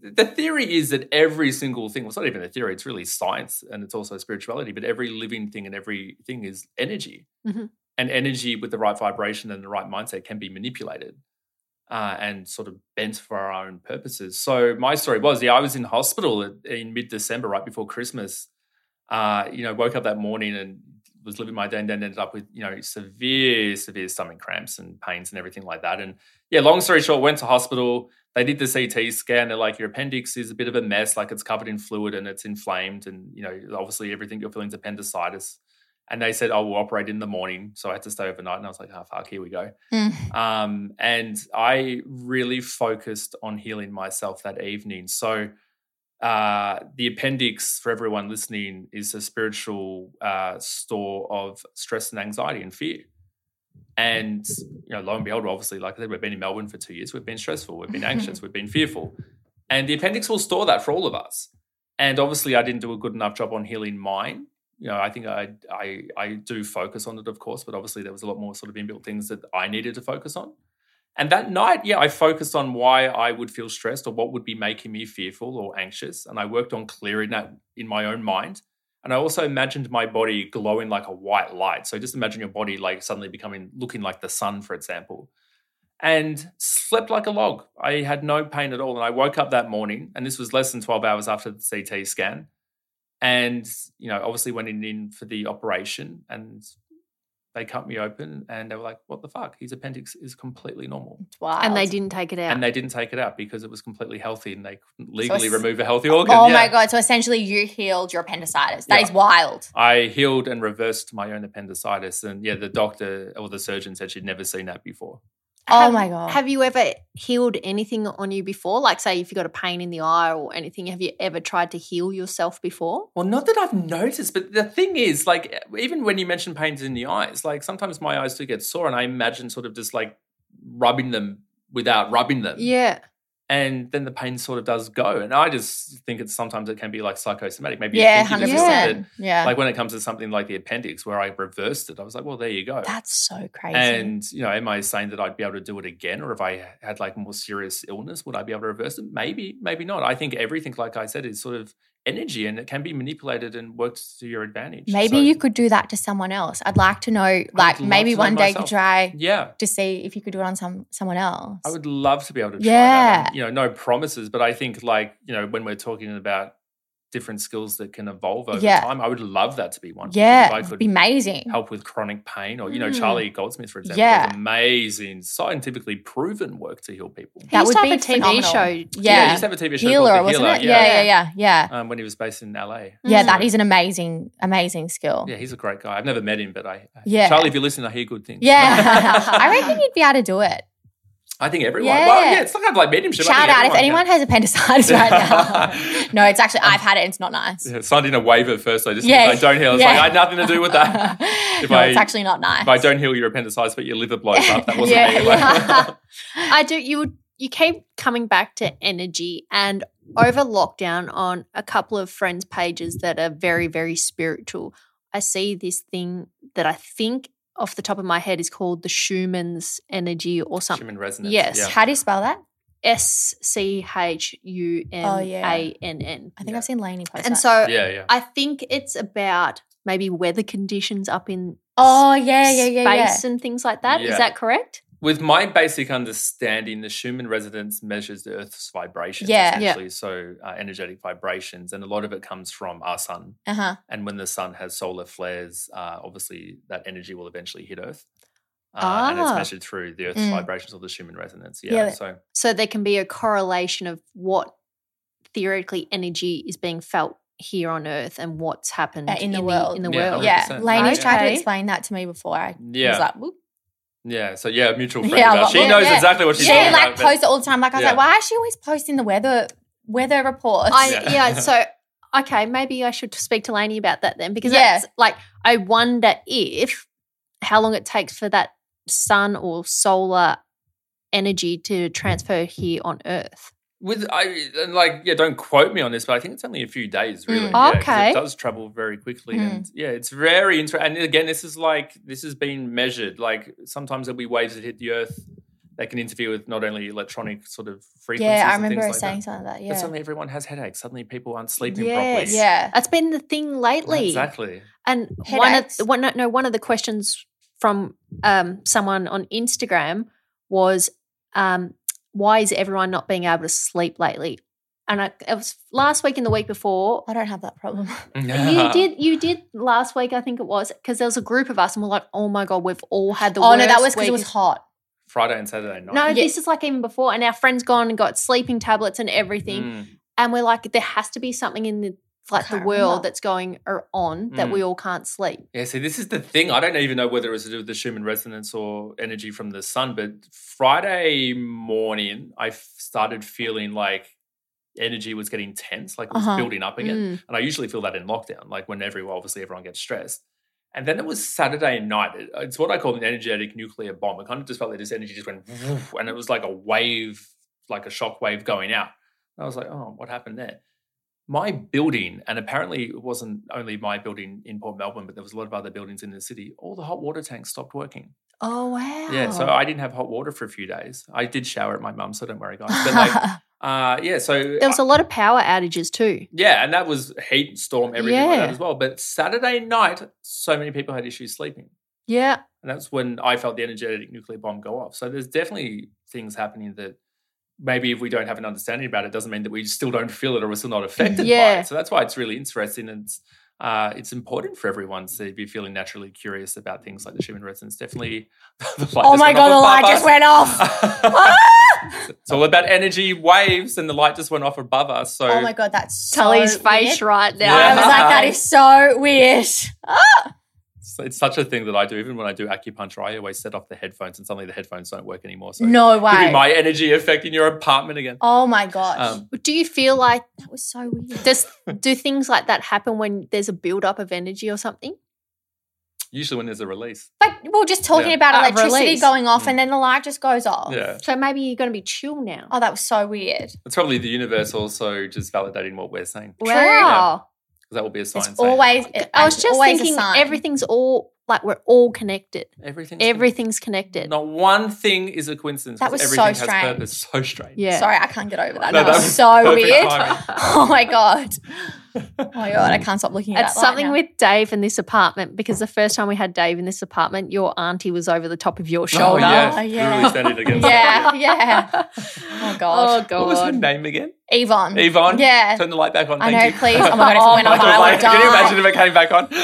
Speaker 3: the theory is that every single thing, well, it's not even a theory, it's really science and it's also spirituality, but every living thing and everything is energy.
Speaker 2: Mhm.
Speaker 3: And energy with the right vibration and the right mindset can be manipulated uh, and sort of bent for our own purposes. So, my story was yeah, I was in hospital at- in mid December, right before Christmas. Uh, you know, woke up that morning and was living my day and then ended up with, you know, severe, severe stomach cramps and pains and everything like that. And yeah, long story short, went to hospital. they did the CT scan. They're like, your appendix is a bit of a mess, like it's covered in fluid and it's inflamed. And, you know, obviously everything you're feeling is appendicitis. And they said, I will operate in the morning. So I had to stay overnight. And I was like, oh, fuck, here we go.
Speaker 1: Mm.
Speaker 3: Um, and I really focused on healing myself that evening. So uh, the appendix, for everyone listening, is a spiritual uh, store of stress and anxiety and fear. And you know, lo and behold, obviously, like I said, we've been in Melbourne for two years. We've been stressful. We've been anxious. we've been fearful. And the appendix will store that for all of us. And obviously, I didn't do a good enough job on healing mine. You know, I think I I I do focus on it, of course, but obviously there was a lot more sort of inbuilt things that I needed to focus on. And that night, yeah, I focused on why I would feel stressed or what would be making me fearful or anxious. And I worked on clearing that in my own mind. And I also imagined my body glowing like a white light. So just imagine your body like suddenly becoming looking like the sun, for example. And slept like a log. I had no pain at all. And I woke up that morning, and this was less than 12 hours after the CT scan. And, you know, obviously went in, in for the operation and they cut me open and they were like, what the fuck? His appendix is completely normal.
Speaker 1: It's wild.
Speaker 2: And they didn't take it out.
Speaker 3: And they didn't take it out because it was completely healthy and they couldn't legally
Speaker 1: it's-
Speaker 3: remove a healthy organ.
Speaker 1: Oh
Speaker 3: Yeah.
Speaker 1: my god! So essentially, you healed your appendicitis. That
Speaker 3: Yeah.
Speaker 1: is wild.
Speaker 3: I healed and reversed my own appendicitis. And yeah, the doctor or the surgeon said she'd never seen that before.
Speaker 1: Oh
Speaker 2: Have-
Speaker 1: my god!
Speaker 2: Have you ever healed anything on you before? Like, say, if you got a pain in the eye or anything, have you ever tried to heal yourself before?
Speaker 3: Well, not that I've noticed, but the thing is, like, even when you mention pains in the eyes, like sometimes my eyes do get sore and I imagine sort of just like rubbing them without rubbing them.
Speaker 2: Yeah.
Speaker 3: And then the pain sort of does go. And I just think it's sometimes it can be like psychosomatic. Maybe
Speaker 1: yeah,
Speaker 3: you think
Speaker 1: hundred
Speaker 3: you've never said
Speaker 1: percent. Yeah,
Speaker 3: like when it comes to something like the appendix where I reversed it, I was like, well, there you go.
Speaker 1: that's so crazy.
Speaker 3: and you know, am I saying that I'd be able to do it again, or if I had like more serious illness, would I be able to reverse it? Maybe, maybe not. I think everything, like I said, is sort of energy, and it can be manipulated and worked to your advantage.
Speaker 1: maybe
Speaker 3: So,
Speaker 1: you could do that to someone else. I'd like to know. Like
Speaker 3: love
Speaker 1: maybe
Speaker 3: to know
Speaker 1: one day you could
Speaker 3: myself.
Speaker 1: try
Speaker 3: yeah,
Speaker 1: to see if you could do it on some someone else.
Speaker 3: I would love to be able to try
Speaker 1: Yeah.
Speaker 3: that. And, you know, no promises, but I think like you know, when we're talking about different skills that can evolve over
Speaker 1: Yeah.
Speaker 3: time, I would love that to be one. because
Speaker 1: yeah,
Speaker 3: if I
Speaker 1: it'd
Speaker 3: could
Speaker 1: be amazing.
Speaker 3: help with chronic pain or you know
Speaker 2: Mm.
Speaker 3: charlie goldsmith for example
Speaker 1: Yeah.
Speaker 3: does amazing scientifically proven work to heal people
Speaker 2: He
Speaker 1: That
Speaker 2: used
Speaker 1: would
Speaker 2: to have
Speaker 1: be
Speaker 2: a TV
Speaker 1: phenomenal.
Speaker 2: show.
Speaker 1: Yeah.
Speaker 3: he used to have a tv show
Speaker 1: Healer,
Speaker 3: called the
Speaker 1: wasn't
Speaker 3: healer
Speaker 1: it? Yeah, yeah, yeah, yeah.
Speaker 3: Um, when he was based in la
Speaker 1: Yeah, that
Speaker 3: Mm.
Speaker 1: is an amazing, amazing skill.
Speaker 3: yeah he's a great guy i've never met him but i I-
Speaker 1: Yeah.
Speaker 3: charlie if you're listening i hear good things
Speaker 1: Yeah. I reckon you'd be able to do it.
Speaker 3: i think everyone well
Speaker 1: Yeah.
Speaker 3: yeah it's not kind of like mediumship I
Speaker 1: Shout
Speaker 3: think
Speaker 1: out if
Speaker 3: everyone
Speaker 1: anyone
Speaker 3: can.
Speaker 1: has appendicitis right now. no, it's actually I've had it. and It's not nice.
Speaker 3: Yeah, signed in a waiver at first i just
Speaker 1: Yeah.
Speaker 3: if i don't heal it's
Speaker 1: Yeah.
Speaker 3: like i had nothing to do with that If
Speaker 1: no,
Speaker 3: I-
Speaker 1: it's actually not nice.
Speaker 3: if i don't heal your appendicitis but your liver blows up that wasn't
Speaker 1: Yeah.
Speaker 3: me like-
Speaker 2: I do. You would. You keep coming back to energy, and over lockdown, on a couple of friends' pages that are very, very spiritual, I see this thing that I think off the top of my head is called the Schumann's energy or something.
Speaker 3: human resonance
Speaker 2: Yes.
Speaker 3: yeah.
Speaker 1: How do you spell that?
Speaker 2: S C H U M A N N.
Speaker 1: Oh, I think
Speaker 3: Yeah.
Speaker 1: I've seen Lainey post
Speaker 2: And
Speaker 1: that.
Speaker 2: so
Speaker 3: yeah yeah
Speaker 2: I think it's about maybe weather conditions up in
Speaker 1: oh yeah, yeah, yeah, yeah.
Speaker 2: space and things like that. Is
Speaker 3: Yeah.
Speaker 2: that correct?
Speaker 3: with my basic understanding, the Schumann resonance measures the Earth's vibrations,
Speaker 1: Yeah.
Speaker 2: Yeah.
Speaker 3: essentially, so uh, energetic vibrations, and a lot of it comes from our sun.
Speaker 1: Uh huh.
Speaker 3: And when the sun has solar flares, uh, obviously that energy will eventually hit Earth, uh, and
Speaker 2: Ah.
Speaker 3: it's measured through the Earth's
Speaker 1: Mm.
Speaker 3: vibrations or the Schumann resonance. Yeah,
Speaker 1: Yeah.
Speaker 3: so
Speaker 2: So there can be a correlation of what theoretically energy is being felt here on Earth and what's happened
Speaker 1: Uh, in the world.
Speaker 2: in the
Speaker 3: Yeah,
Speaker 2: world.
Speaker 1: Yeah,
Speaker 3: 100%.
Speaker 1: Lainey's tried to
Speaker 2: Okay.
Speaker 1: explain that to me before. I was
Speaker 3: yeah,
Speaker 1: like, whoop.
Speaker 3: yeah, so yeah, mutual friend.
Speaker 1: Yeah,
Speaker 3: of ours.
Speaker 1: but-
Speaker 3: she
Speaker 1: yeah,
Speaker 3: knows
Speaker 1: yeah.
Speaker 3: exactly what she's
Speaker 1: she
Speaker 3: talking
Speaker 1: like
Speaker 3: about. but-
Speaker 1: posts it all the time. Like I was
Speaker 3: Yeah.
Speaker 1: like, why is she always posting the weather weather reports?
Speaker 2: I
Speaker 3: Yeah.
Speaker 2: yeah. so okay, maybe I should speak to Lainey about that then because
Speaker 1: Yeah.
Speaker 2: that's like I wonder if how long it takes for that sun or solar energy to transfer here on Earth.
Speaker 3: with I and like yeah, don't quote me on this, but I think it's only a few days really.
Speaker 1: Mm.
Speaker 3: yeah, 'cause
Speaker 2: Okay.
Speaker 3: it does travel very quickly,
Speaker 1: Mm.
Speaker 3: and yeah, it's very interesting. And again, this is like this has been measured. Like sometimes there'll be waves that hit the Earth that can interfere with not only electronic sort of frequencies.
Speaker 1: yeah, I
Speaker 3: and
Speaker 1: remember
Speaker 3: things
Speaker 1: her
Speaker 3: like
Speaker 1: saying
Speaker 3: that,
Speaker 1: something like that.
Speaker 3: But
Speaker 1: Yeah,
Speaker 3: suddenly everyone has headaches. Suddenly people aren't sleeping
Speaker 2: Yes.
Speaker 3: properly.
Speaker 1: yeah.
Speaker 2: That's been the thing lately.
Speaker 3: exactly.
Speaker 2: And
Speaker 1: Headaches.
Speaker 2: one of one, no, one of the questions from um, someone on Instagram was, um, "Why is everyone not being able to sleep lately?" And I, it was last week and the week before.
Speaker 1: I don't have that problem.
Speaker 2: You did, you did last week, I think it was, because there was a group of us, and we're like, "Oh my god, we've all had the
Speaker 1: oh
Speaker 2: worst."
Speaker 1: no, that was because
Speaker 2: week."
Speaker 1: it was hot.
Speaker 3: Friday and Saturday night.
Speaker 2: No,
Speaker 1: Yeah.
Speaker 2: this is like even before. And our friend's gone and got sleeping tablets and everything.
Speaker 3: Mm,
Speaker 2: And we're like, there has to be something in the like the
Speaker 1: Karma.
Speaker 2: world that's going or on that
Speaker 3: Mm.
Speaker 2: we all can't sleep.
Speaker 3: Yeah, see, this is the thing. I don't even know whether it was to do with the Schumann resonance or energy from the sun, but Friday morning, I f- started feeling like energy was getting tense, like it was
Speaker 1: Uh-huh.
Speaker 3: building up again.
Speaker 2: Mm.
Speaker 3: And I usually feel that in lockdown, like whenever obviously everyone gets stressed. And then it was Saturday night. It- It's what I call an energetic nuclear bomb. It kind of just felt like this energy just went, woof, and it was like a wave, like a shock wave going out. And I was like, oh, what happened there? My building, and apparently it wasn't only my building in Port Melbourne, but there was a lot of other buildings in the city. All the hot water tanks stopped working.
Speaker 2: Oh wow.
Speaker 3: Yeah, so I didn't have hot water for a few days. I did shower at my mum's, so don't worry, guys. But like, uh, yeah, so
Speaker 2: there was a lot of power outages too.
Speaker 3: yeah, and that was heat, storm, everything like that
Speaker 2: Yeah.
Speaker 3: as well. But Saturday night, so many people had issues sleeping.
Speaker 2: Yeah.
Speaker 3: And that's when I felt the energetic nuclear bomb go off. So there's definitely things happening that maybe if we don't have an understanding about it, doesn't mean that we still don't feel it or we're still not affected by
Speaker 2: Yeah.
Speaker 3: it. So that's why it's really interesting and it's, uh, it's important for everyone to be feeling naturally curious about things like the Schumann resonance. Definitely. the light
Speaker 1: oh
Speaker 3: just
Speaker 1: my
Speaker 3: went
Speaker 1: god, the
Speaker 3: off
Speaker 1: light
Speaker 3: above
Speaker 1: just
Speaker 3: us.
Speaker 1: went off.
Speaker 3: it's all about energy waves, and the light just went off above us. So
Speaker 1: Oh my god, that's so
Speaker 2: Tully's
Speaker 1: weird.
Speaker 2: face right now.
Speaker 1: I was like, that is so weird.
Speaker 3: So it's such a thing that I do. Even when I do acupuncture, I always set off the headphones, and suddenly the headphones don't work anymore. So
Speaker 1: No
Speaker 3: it could
Speaker 1: way.
Speaker 3: be my energy affecting your apartment again.
Speaker 1: oh my gosh.
Speaker 3: Um,
Speaker 2: Do you feel like
Speaker 1: that was so weird.
Speaker 2: does do things like that happen when there's a buildup of energy or something?
Speaker 3: usually, when there's a release,
Speaker 1: But we we're just talking
Speaker 3: Yeah. Mm.
Speaker 1: about
Speaker 2: Uh,
Speaker 1: electricity
Speaker 2: release.
Speaker 1: going off and then the light just goes off.
Speaker 3: yeah,
Speaker 2: So maybe you're going to be chill now.
Speaker 1: Oh, that was so weird.
Speaker 3: it's probably the universe also just validating what we're saying because
Speaker 2: wow.
Speaker 3: that will be a sign.
Speaker 1: It's
Speaker 3: saying
Speaker 1: always
Speaker 2: I was
Speaker 1: it's
Speaker 2: just
Speaker 1: always a
Speaker 2: thinking
Speaker 1: sign.
Speaker 2: everything's all like we're all connected.
Speaker 3: everything's
Speaker 2: Everything's
Speaker 3: connected.
Speaker 2: connected.
Speaker 3: Not one thing is a coincidence.
Speaker 1: That
Speaker 3: 'cause
Speaker 1: was so
Speaker 3: everything has
Speaker 1: strange.
Speaker 3: purpose. So strange.
Speaker 2: yeah.
Speaker 1: Sorry, I can't get over that.
Speaker 3: No,
Speaker 1: that,
Speaker 3: that
Speaker 1: was,
Speaker 3: was
Speaker 1: so
Speaker 3: perfect
Speaker 1: weird.
Speaker 3: timing.
Speaker 1: Oh my god. Oh my god, I can't stop looking at
Speaker 2: It's
Speaker 1: that light
Speaker 2: something
Speaker 1: now.
Speaker 2: with Dave in this apartment because the first time we had Dave in this apartment, your auntie was over the top of your
Speaker 3: Oh,
Speaker 2: shoulder.
Speaker 3: yeah.
Speaker 1: Oh, yeah.
Speaker 3: Really standing against.
Speaker 1: Yeah, yeah. Oh god.
Speaker 2: Oh,
Speaker 3: What was her
Speaker 2: God.
Speaker 3: name again?
Speaker 1: Yvonne.
Speaker 3: Yvonne?
Speaker 1: Yeah.
Speaker 3: Turn the light back on.
Speaker 1: I
Speaker 3: thank
Speaker 1: know,
Speaker 3: you.
Speaker 1: please. Oh my God, if it went off,
Speaker 3: Michael
Speaker 1: I would
Speaker 3: Blake, Can you
Speaker 1: die.
Speaker 3: imagine if it came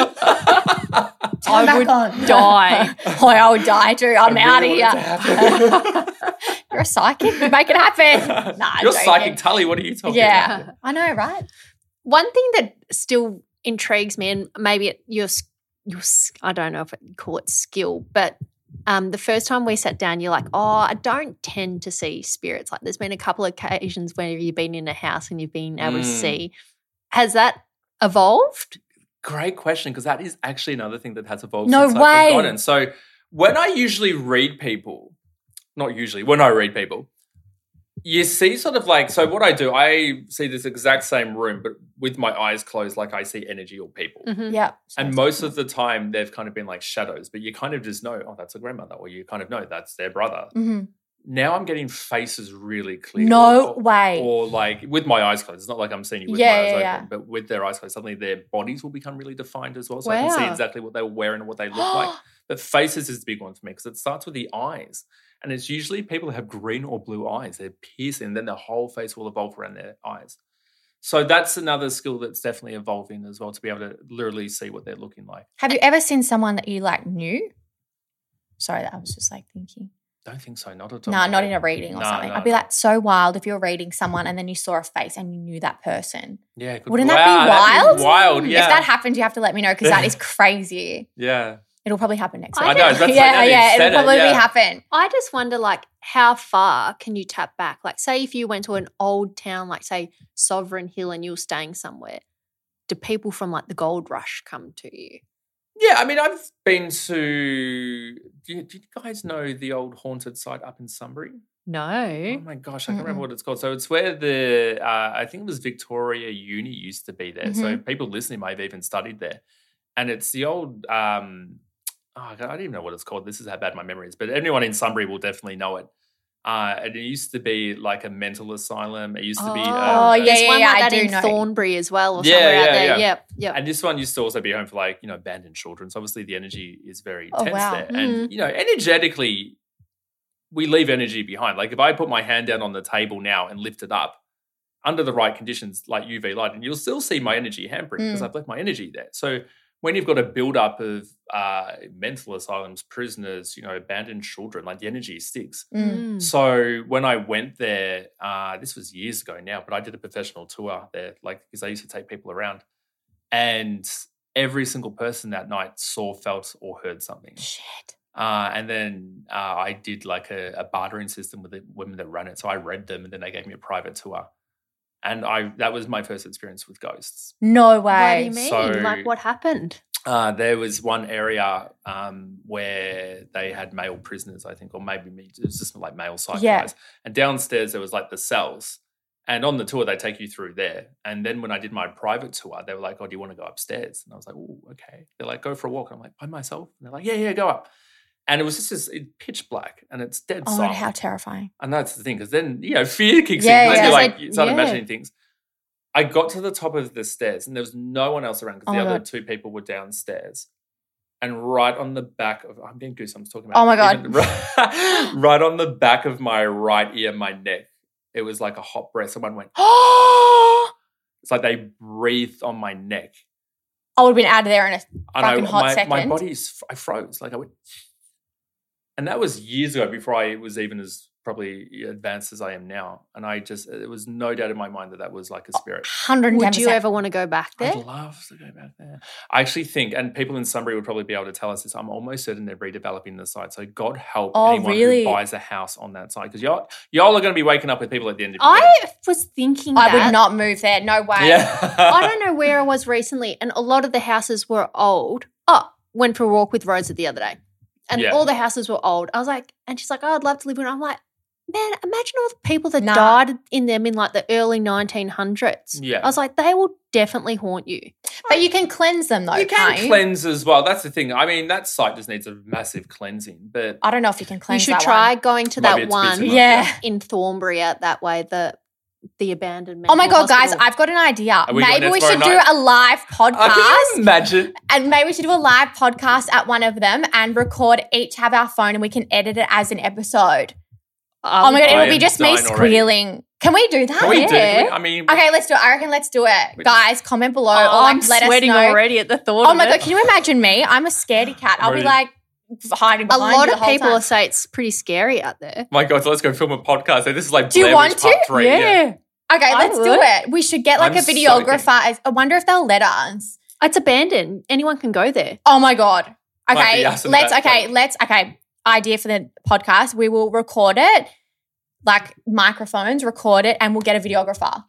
Speaker 3: back on?
Speaker 1: Turn
Speaker 2: I
Speaker 1: back
Speaker 2: would
Speaker 1: on.
Speaker 2: die.
Speaker 1: oh, I would die too. I'm
Speaker 3: I
Speaker 1: out of
Speaker 3: really
Speaker 1: here.
Speaker 3: want it to happen.
Speaker 1: You're a psychic. Make it happen. Nah, I'm
Speaker 3: You're
Speaker 1: joking.
Speaker 3: psychic Tully. What are you talking
Speaker 1: Yeah.
Speaker 3: about?
Speaker 1: I know, right?
Speaker 2: One thing that still intrigues me, and maybe it, your s- your s- I don't know if I can call it skill, but um, the first time we sat down, you're like, oh, I don't tend to see spirits. Like, there's been a couple of occasions where you've been in a house and you've been able
Speaker 3: Mm.
Speaker 2: to see. Has that evolved?
Speaker 3: Great question, because that is actually another thing that has evolved
Speaker 1: No
Speaker 3: since
Speaker 1: way.
Speaker 3: I've forgotten. So when I usually read people, not usually, when I read people, you see sort of like, so what I do, I see this exact same room, but with my eyes closed, like I see energy or people.
Speaker 2: Mhm.
Speaker 1: Yeah.
Speaker 3: And most of the time, they've kind of been like shadows, but you kind of just know, oh, that's a grandmother, or you kind of know that's their brother.
Speaker 1: Mhm.
Speaker 3: Now I'm getting faces really clear.
Speaker 1: No
Speaker 3: Or-
Speaker 1: way.
Speaker 3: Or like with my eyes closed. It's not like I'm seeing you with
Speaker 1: Yeah,
Speaker 3: my eyes
Speaker 1: yeah,
Speaker 3: open,
Speaker 1: yeah.
Speaker 3: but with their eyes closed, suddenly their bodies will become really defined as well. So I can see
Speaker 2: Wow.
Speaker 3: exactly what they were wearing and what they look like. But faces is the big one for me because it starts with the eyes. And it's usually people who have green or blue eyes. They're piercing, then their whole face will evolve around their eyes. So that's another skill that's definitely evolving as well to be able to literally see what they're looking like.
Speaker 1: Have you ever seen someone that you like knew? Sorry, that I was just like thinking.
Speaker 3: Don't think so, not at all.
Speaker 1: No, not in a reading or
Speaker 3: No,
Speaker 1: something.
Speaker 3: no,
Speaker 1: I'd be
Speaker 3: no.
Speaker 1: like so wild if you're reading someone and then you saw a face and you knew that person.
Speaker 3: Yeah, it could-
Speaker 1: Wouldn't that be
Speaker 3: Wow,
Speaker 1: wild?
Speaker 3: that'd Wild, Oh, yeah.
Speaker 1: If that happens, you have to let me know because that is crazy.
Speaker 3: yeah.
Speaker 1: It'll probably happen next
Speaker 2: I
Speaker 1: week.
Speaker 3: I know. That's like,
Speaker 1: yeah,
Speaker 3: now that you've
Speaker 1: yeah,
Speaker 3: said
Speaker 1: it'll
Speaker 3: it,
Speaker 1: probably
Speaker 3: yeah.
Speaker 1: happen.
Speaker 2: I just wonder, like, how far can you tap back? Like, say if you went to an old town, like, say Sovereign Hill, and you were staying somewhere, do people from like the gold rush come to you?
Speaker 3: Yeah, I mean, I've been to. Do you, do you guys know the old haunted site up in Sunbury? Oh
Speaker 2: No.
Speaker 3: my gosh, I can't remember
Speaker 1: Eh? Mm-mm.
Speaker 3: what it's called. So it's where the uh, I think it was Victoria Uni used to be there. So
Speaker 1: Mm-hmm.
Speaker 3: people listening may have even studied there, and it's the old. Um, oh God, I don't even know what it's called. This is how bad my memory is. But anyone in Sunbury will definitely know it. Uh, and it used to be like a mental asylum. It used to be. uh,
Speaker 1: Oh,
Speaker 3: a-
Speaker 1: yeah,
Speaker 2: There's one
Speaker 1: yeah,
Speaker 2: like
Speaker 1: I
Speaker 2: that
Speaker 1: do
Speaker 2: in
Speaker 1: know.
Speaker 2: Thornbury as well, or
Speaker 3: Yeah,
Speaker 2: somewhere out
Speaker 3: yeah,
Speaker 2: there.
Speaker 3: yeah.
Speaker 2: Yep, yep.
Speaker 3: And this one used to also be home for like, you know, abandoned children. So obviously the energy is very
Speaker 1: Oh,
Speaker 3: tense
Speaker 1: wow.
Speaker 3: there. And, you know, energetically, we leave energy behind. Like if I put my hand down on the table now and lift it up
Speaker 1: Mm.
Speaker 3: under the right conditions, like UV light, and you'll still see my energy hampering because I've left my energy there. So when you've got a buildup of uh, mental asylums, prisoners, you know, abandoned children, like the energy sticks.
Speaker 1: Mm.
Speaker 2: Hmm.
Speaker 3: So when I went there, uh, this was years ago now, but I did a professional tour there, like because I used to take people around, and every single person that night saw, felt, or heard something.
Speaker 1: Shit.
Speaker 3: Uh, and then uh, I did like a, a bartering system with the women that run it. So I read them, and then they gave me a private tour. And I that was my first experience with ghosts.
Speaker 1: No
Speaker 2: What do you
Speaker 1: way.
Speaker 2: mean?
Speaker 3: So-
Speaker 2: like what happened?
Speaker 3: Uh, there was one area um, where they had male prisoners, I think, or maybe me. It was just like male psych
Speaker 1: Yeah.
Speaker 3: guys. And downstairs there was like the cells. And on the tour, they take you through there. And then when I did my private tour, they were like, "Oh, do you want to go upstairs?" And I was like, "Oh, okay." They're like, "Go for a walk." I'm like, "By myself?" And they're like, "Yeah, yeah, go up." And it was just this it, pitch black, and it's dead
Speaker 1: Oh, and
Speaker 3: silent.
Speaker 1: how terrifying.
Speaker 3: And that's the thing, because then you know fear kicks
Speaker 1: Yeah,
Speaker 3: in.
Speaker 1: yeah.
Speaker 3: Then you're
Speaker 2: It's
Speaker 3: like
Speaker 2: like-
Speaker 3: you start
Speaker 2: yeah.
Speaker 3: imagining things. I got to the top of the stairs, and there was no one else around because
Speaker 1: Oh
Speaker 3: the
Speaker 1: my
Speaker 3: other
Speaker 1: God.
Speaker 3: two people were downstairs. And right on the back of I'm getting goosebumps talking about.
Speaker 1: Oh my
Speaker 3: it.
Speaker 1: God.
Speaker 3: Even- Right, on the back of my right ear, my neck. It was like a hot breath. Someone went.
Speaker 1: Oh,
Speaker 3: It's like they breathed on my neck,
Speaker 1: I would have been out of there in a.
Speaker 3: and I,
Speaker 1: Fucking hot
Speaker 3: my my
Speaker 1: second.
Speaker 3: body's I froze. Like I went, and that was years ago before I was even as probably advanced as I am now. And I just it was no doubt in my mind that that was
Speaker 1: Oh,
Speaker 3: like a spirit.
Speaker 1: Hundred.
Speaker 2: Would you ever want to go back there?
Speaker 3: I'd love to go back there. I actually think, and people in Sunbury would probably be able to tell us this. I'm almost certain they're redeveloping the site. So God help
Speaker 1: Oh,
Speaker 3: anyone
Speaker 1: really?
Speaker 3: who buys a house on that site because y'all y'all are going to be waking up with people at the end of the day.
Speaker 2: I was thinking
Speaker 1: I
Speaker 2: that.
Speaker 1: would not move there. No way.
Speaker 3: Yeah,
Speaker 2: I don't know where I was recently, and a lot of the houses were old. Oh, went for a walk with Rosa the other day, and
Speaker 3: Yeah.
Speaker 2: all the houses were old. I was like, and she's like, oh, I'd love to live in. one." I'm like, man, imagine all the people that
Speaker 1: Nah.
Speaker 2: died in them in like the early 1900s.
Speaker 3: Yeah.
Speaker 2: I was like, they will definitely haunt you.
Speaker 1: But you can cleanse them though.
Speaker 3: you can
Speaker 1: can't you?
Speaker 3: cleanse as well. That's the thing. I mean, that site just needs a massive cleansing. But
Speaker 1: I don't know if you can cleanse.
Speaker 2: you should
Speaker 1: that
Speaker 2: try
Speaker 1: one.
Speaker 2: going to
Speaker 3: Might be
Speaker 2: that
Speaker 3: it's a bit
Speaker 2: one
Speaker 3: too much,
Speaker 1: Yeah.
Speaker 2: in Thornbury out that way. The the abandoned.
Speaker 1: Oh my
Speaker 2: mental
Speaker 1: god, guys!
Speaker 2: hospital.
Speaker 1: I've got an idea.
Speaker 3: we going
Speaker 1: Maybe
Speaker 3: there
Speaker 1: we
Speaker 3: tomorrow
Speaker 1: should do
Speaker 3: night?
Speaker 1: a live
Speaker 3: I
Speaker 1: podcast,
Speaker 3: can you imagine.
Speaker 1: and maybe we should do a live podcast at one of them and record each have our phone, and we can edit it as an episode.
Speaker 2: I
Speaker 1: Oh my
Speaker 2: would-
Speaker 1: god,
Speaker 3: I
Speaker 1: it'll be
Speaker 3: am
Speaker 1: just me
Speaker 3: dying already.
Speaker 1: squealing. Can we do that?
Speaker 3: Can we do?
Speaker 1: Yeah.
Speaker 3: Can we- I mean,
Speaker 1: Okay, let's do it. I reckon let's do it,
Speaker 3: We-
Speaker 1: guys. Comment below. or
Speaker 2: Oh,
Speaker 1: like,
Speaker 2: I'm
Speaker 1: let
Speaker 2: sweating
Speaker 1: us know.
Speaker 2: already at the thought.
Speaker 1: Oh
Speaker 2: of
Speaker 1: my
Speaker 2: it.
Speaker 1: god, can you imagine me? I'm a scaredy cat. I'll be
Speaker 3: Already.
Speaker 1: like hiding
Speaker 2: A
Speaker 1: behind
Speaker 2: lot
Speaker 1: you
Speaker 2: of
Speaker 1: the whole
Speaker 2: people
Speaker 1: time.
Speaker 2: say it's pretty scary out there.
Speaker 3: My God, so let's go film a podcast. So this is like
Speaker 1: Do you
Speaker 3: Blair
Speaker 1: want
Speaker 3: Witch Part
Speaker 1: to?
Speaker 3: Three.
Speaker 1: Okay,
Speaker 2: I
Speaker 1: let's do
Speaker 2: would.
Speaker 1: it. We should get like
Speaker 3: I'm
Speaker 1: a
Speaker 3: so
Speaker 1: videographer. I- I wonder if they'll let us.
Speaker 2: It's abandoned. Anyone can go there.
Speaker 1: Oh my god.
Speaker 3: Might
Speaker 1: Okay,
Speaker 3: be us
Speaker 1: let's.
Speaker 3: in that
Speaker 1: Okay,
Speaker 3: one.
Speaker 1: let's. Okay, idea for the podcast. We will record it, like microphones, record it, and we'll get a videographer.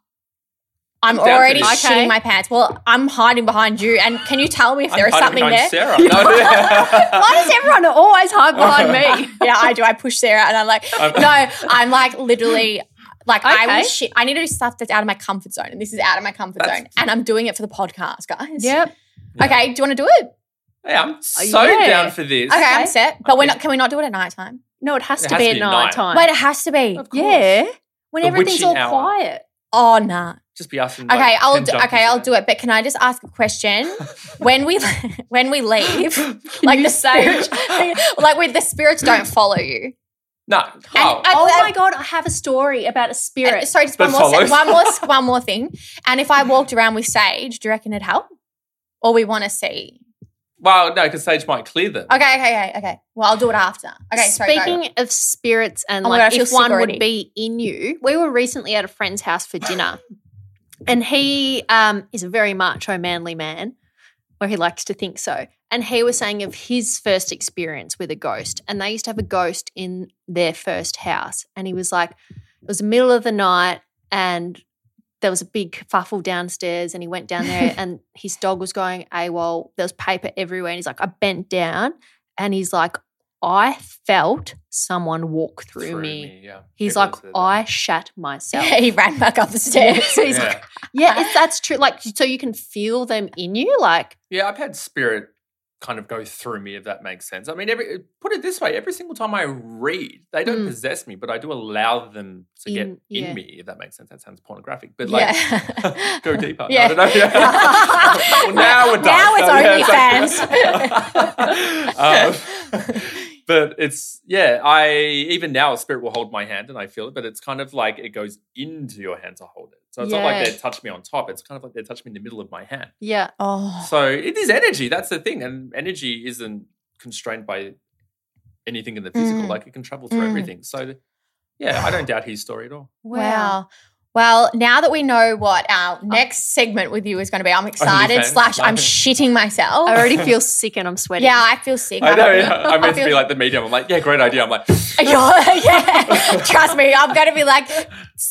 Speaker 1: I'm
Speaker 3: I'm down for
Speaker 1: already
Speaker 3: this.
Speaker 2: Okay.
Speaker 1: shitting my pants. Well, I'm hiding behind you, and can you tell me if
Speaker 3: I'm
Speaker 1: there is
Speaker 3: hiding
Speaker 1: something
Speaker 3: behind
Speaker 1: there?
Speaker 3: Sarah.
Speaker 2: Why does everyone always hide behind me?
Speaker 1: yeah, I do. I push Sarah, and I'm like,
Speaker 3: I'm-
Speaker 1: no, I'm like literally. Like I
Speaker 2: Okay.
Speaker 1: will shit. I need to do stuff that's out of my comfort zone, and this is out of my comfort
Speaker 3: That's-
Speaker 1: zone, and I'm doing it for the podcast, guys.
Speaker 2: Yep.
Speaker 3: Yeah.
Speaker 1: Okay. Do you want to do it?
Speaker 3: Yeah, I'm so
Speaker 2: Yeah.
Speaker 3: down for this.
Speaker 1: Okay, I'm
Speaker 2: Okay.
Speaker 1: set. But we're
Speaker 3: Okay.
Speaker 1: not. Can we not do it at nighttime?
Speaker 2: No, it has
Speaker 3: It
Speaker 2: to be at night time.
Speaker 1: But it has to be.
Speaker 3: Of course.
Speaker 2: yeah. When
Speaker 3: The
Speaker 2: everything's
Speaker 3: witching
Speaker 2: all
Speaker 3: hour.
Speaker 2: quiet.
Speaker 1: Oh nah.
Speaker 3: Just be asking.
Speaker 1: Okay, I'll do, okay, I'll do it. But can I just ask a question? when we when we leave, like the sage, like with the spirits don't follow you.
Speaker 3: No. Oh,
Speaker 1: I-
Speaker 2: Oh
Speaker 1: I-
Speaker 2: my God, I have a story about a
Speaker 1: Uh,
Speaker 2: spirit.
Speaker 1: sorry, just one
Speaker 3: But
Speaker 1: more, se-
Speaker 3: follows.
Speaker 1: one more, s- one more thing. And if I walked around with sage, do you reckon it'd help? Or we want to see?
Speaker 3: well, no, because Sage might clear them.
Speaker 1: Okay, okay, okay, okay. Well, I'll do it after. Okay, sorry. go.
Speaker 2: Speaking of spirits and
Speaker 1: Oh my
Speaker 2: like
Speaker 1: God, I feel
Speaker 2: if
Speaker 1: sick
Speaker 2: one
Speaker 1: already.
Speaker 2: would be in you, we were recently at a friend's house for dinner, and he um, is a very macho, manly man, or he likes to think so. And he was saying of his first experience with a ghost, and they used to have a ghost in their first house, and he was like, it was the middle of the night, and there was a big fuffle downstairs, and he went down there, and his dog was going AWOL. There was paper everywhere, and he's like, I bent down, and he's like. I felt someone walk through, me.
Speaker 3: Yeah.
Speaker 2: He's
Speaker 3: People
Speaker 2: like,
Speaker 3: said that.
Speaker 2: I shat myself.
Speaker 1: he ran back up the stairs.
Speaker 2: So he's
Speaker 3: yeah.
Speaker 2: like, yeah, it's, that's true. Like, so you can feel them in you. Like,
Speaker 3: yeah, I've had spirit kind of go through me, if that makes sense. I mean, every put it this way: every single time I read, they don't
Speaker 2: Mm.
Speaker 3: possess me, but I do allow them to get
Speaker 2: In- yeah.
Speaker 3: in me, if that makes sense. That sounds pornographic, but like.
Speaker 1: yeah.
Speaker 3: Go deeper.
Speaker 1: Yeah.
Speaker 3: Yeah. I don't know. well,
Speaker 1: Now
Speaker 3: now we're done.
Speaker 1: it's
Speaker 3: So,
Speaker 1: OnlyFans.
Speaker 3: yeah, it's like- Um, but it's yeah i even now a spirit will hold my hand and i feel it but it's kind of like it goes into your hand to hold it so it's not like
Speaker 2: Yeah.
Speaker 3: they touch me on top it's kind of like they touch me in the middle of my hand
Speaker 2: Yeah.
Speaker 1: Oh,
Speaker 3: so it is energy that's the thing and energy isn't constrained by anything in the physical
Speaker 1: Mm.
Speaker 3: like it can travel through
Speaker 1: Mm.
Speaker 3: everything so yeah i don't doubt his story at all
Speaker 1: wow. Well, now that we know what our next segment with you is going to
Speaker 3: Oh,
Speaker 1: be, I'm excited.
Speaker 3: fans,
Speaker 1: Slash, I'm
Speaker 3: no.
Speaker 1: shitting myself.
Speaker 2: I already feel sick and I'm sweating.
Speaker 1: yeah, I feel sick.
Speaker 3: i know
Speaker 1: don't-
Speaker 3: i meant to
Speaker 1: feel-
Speaker 3: be like the medium i'm like yeah great idea i'm like
Speaker 1: yeah, yeah. Trust me, I'm going to be like,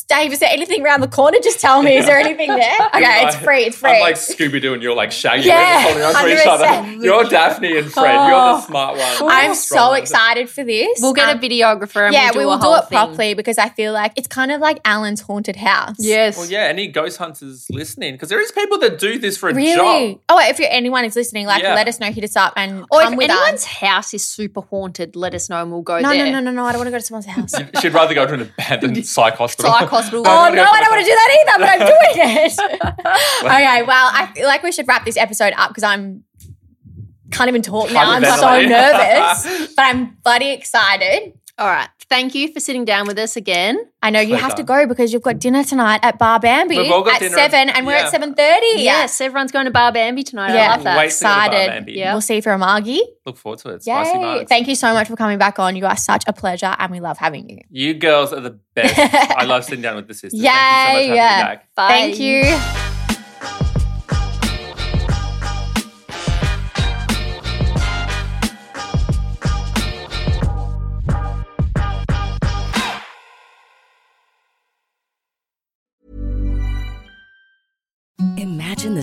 Speaker 1: Dave, is there anything around the corner? Just tell me, is there anything there? Okay, it's free. It's free.
Speaker 3: I'm like Scooby Doo, and you're like Shaggy.
Speaker 1: Yeah,
Speaker 3: Yeah, holding on to each other.
Speaker 1: 100%.
Speaker 3: You're Daphne and Fred. You're the
Speaker 2: Oh.
Speaker 3: smart one.
Speaker 1: I'm
Speaker 3: the strong
Speaker 1: so
Speaker 3: one.
Speaker 1: excited for this.
Speaker 2: We'll get
Speaker 1: Um,
Speaker 2: a videographer and
Speaker 1: yeah,
Speaker 2: we'll do,
Speaker 1: we
Speaker 2: a
Speaker 1: will do
Speaker 2: whole
Speaker 1: it
Speaker 2: thing.
Speaker 1: properly because I feel like it's kind of like Alan's haunted house.
Speaker 2: Yes.
Speaker 3: Well, yeah. Any ghost hunters listening? Because there is people that do this for a
Speaker 1: Really?
Speaker 3: job.
Speaker 1: Oh, if you're, anyone is listening, like,
Speaker 3: Yeah.
Speaker 1: let us know, hit us up, and
Speaker 2: Or if
Speaker 1: come with
Speaker 2: anyone's
Speaker 1: us.
Speaker 2: house is super haunted, let us know and we'll go
Speaker 1: No,
Speaker 2: there.
Speaker 1: no, no, no, no. I don't want to go to someone's house.
Speaker 3: You- She'd rather go to an abandoned psych hospital.
Speaker 2: Psych hospital.
Speaker 1: Oh no, I don't want to do that either, but I'm doing it. okay, well, I feel like we should wrap this episode up because I'm can't even talk now. I'm so
Speaker 3: Hyperventilating.
Speaker 1: nervous, but I'm bloody excited.
Speaker 2: All right. Thank you for sitting down with us again.
Speaker 1: I know you have
Speaker 3: Pleasure.
Speaker 1: to go because you've got dinner tonight at Bar Bambi
Speaker 3: We've all got
Speaker 1: at
Speaker 3: dinner at-
Speaker 1: seven, and we're
Speaker 3: yeah.
Speaker 1: at seven thirty.
Speaker 2: Yes, everyone's going to Bar Bambi tonight.
Speaker 1: Yeah.
Speaker 2: I love that.
Speaker 3: Wait till the bar,
Speaker 1: excited.
Speaker 3: Bambi.
Speaker 2: Yeah.
Speaker 1: we'll see you for a margie.
Speaker 3: Look forward to it. Spicy
Speaker 1: Yay!
Speaker 3: mugs.
Speaker 1: Thank you so much for coming back on. You are such a pleasure, and we love having you.
Speaker 3: You girls are the best. I love sitting down with the sisters. Thank
Speaker 1: Yay,
Speaker 3: you so much for
Speaker 1: yeah.
Speaker 3: having me back.
Speaker 2: Bye.
Speaker 1: Thank you.
Speaker 4: Imagine the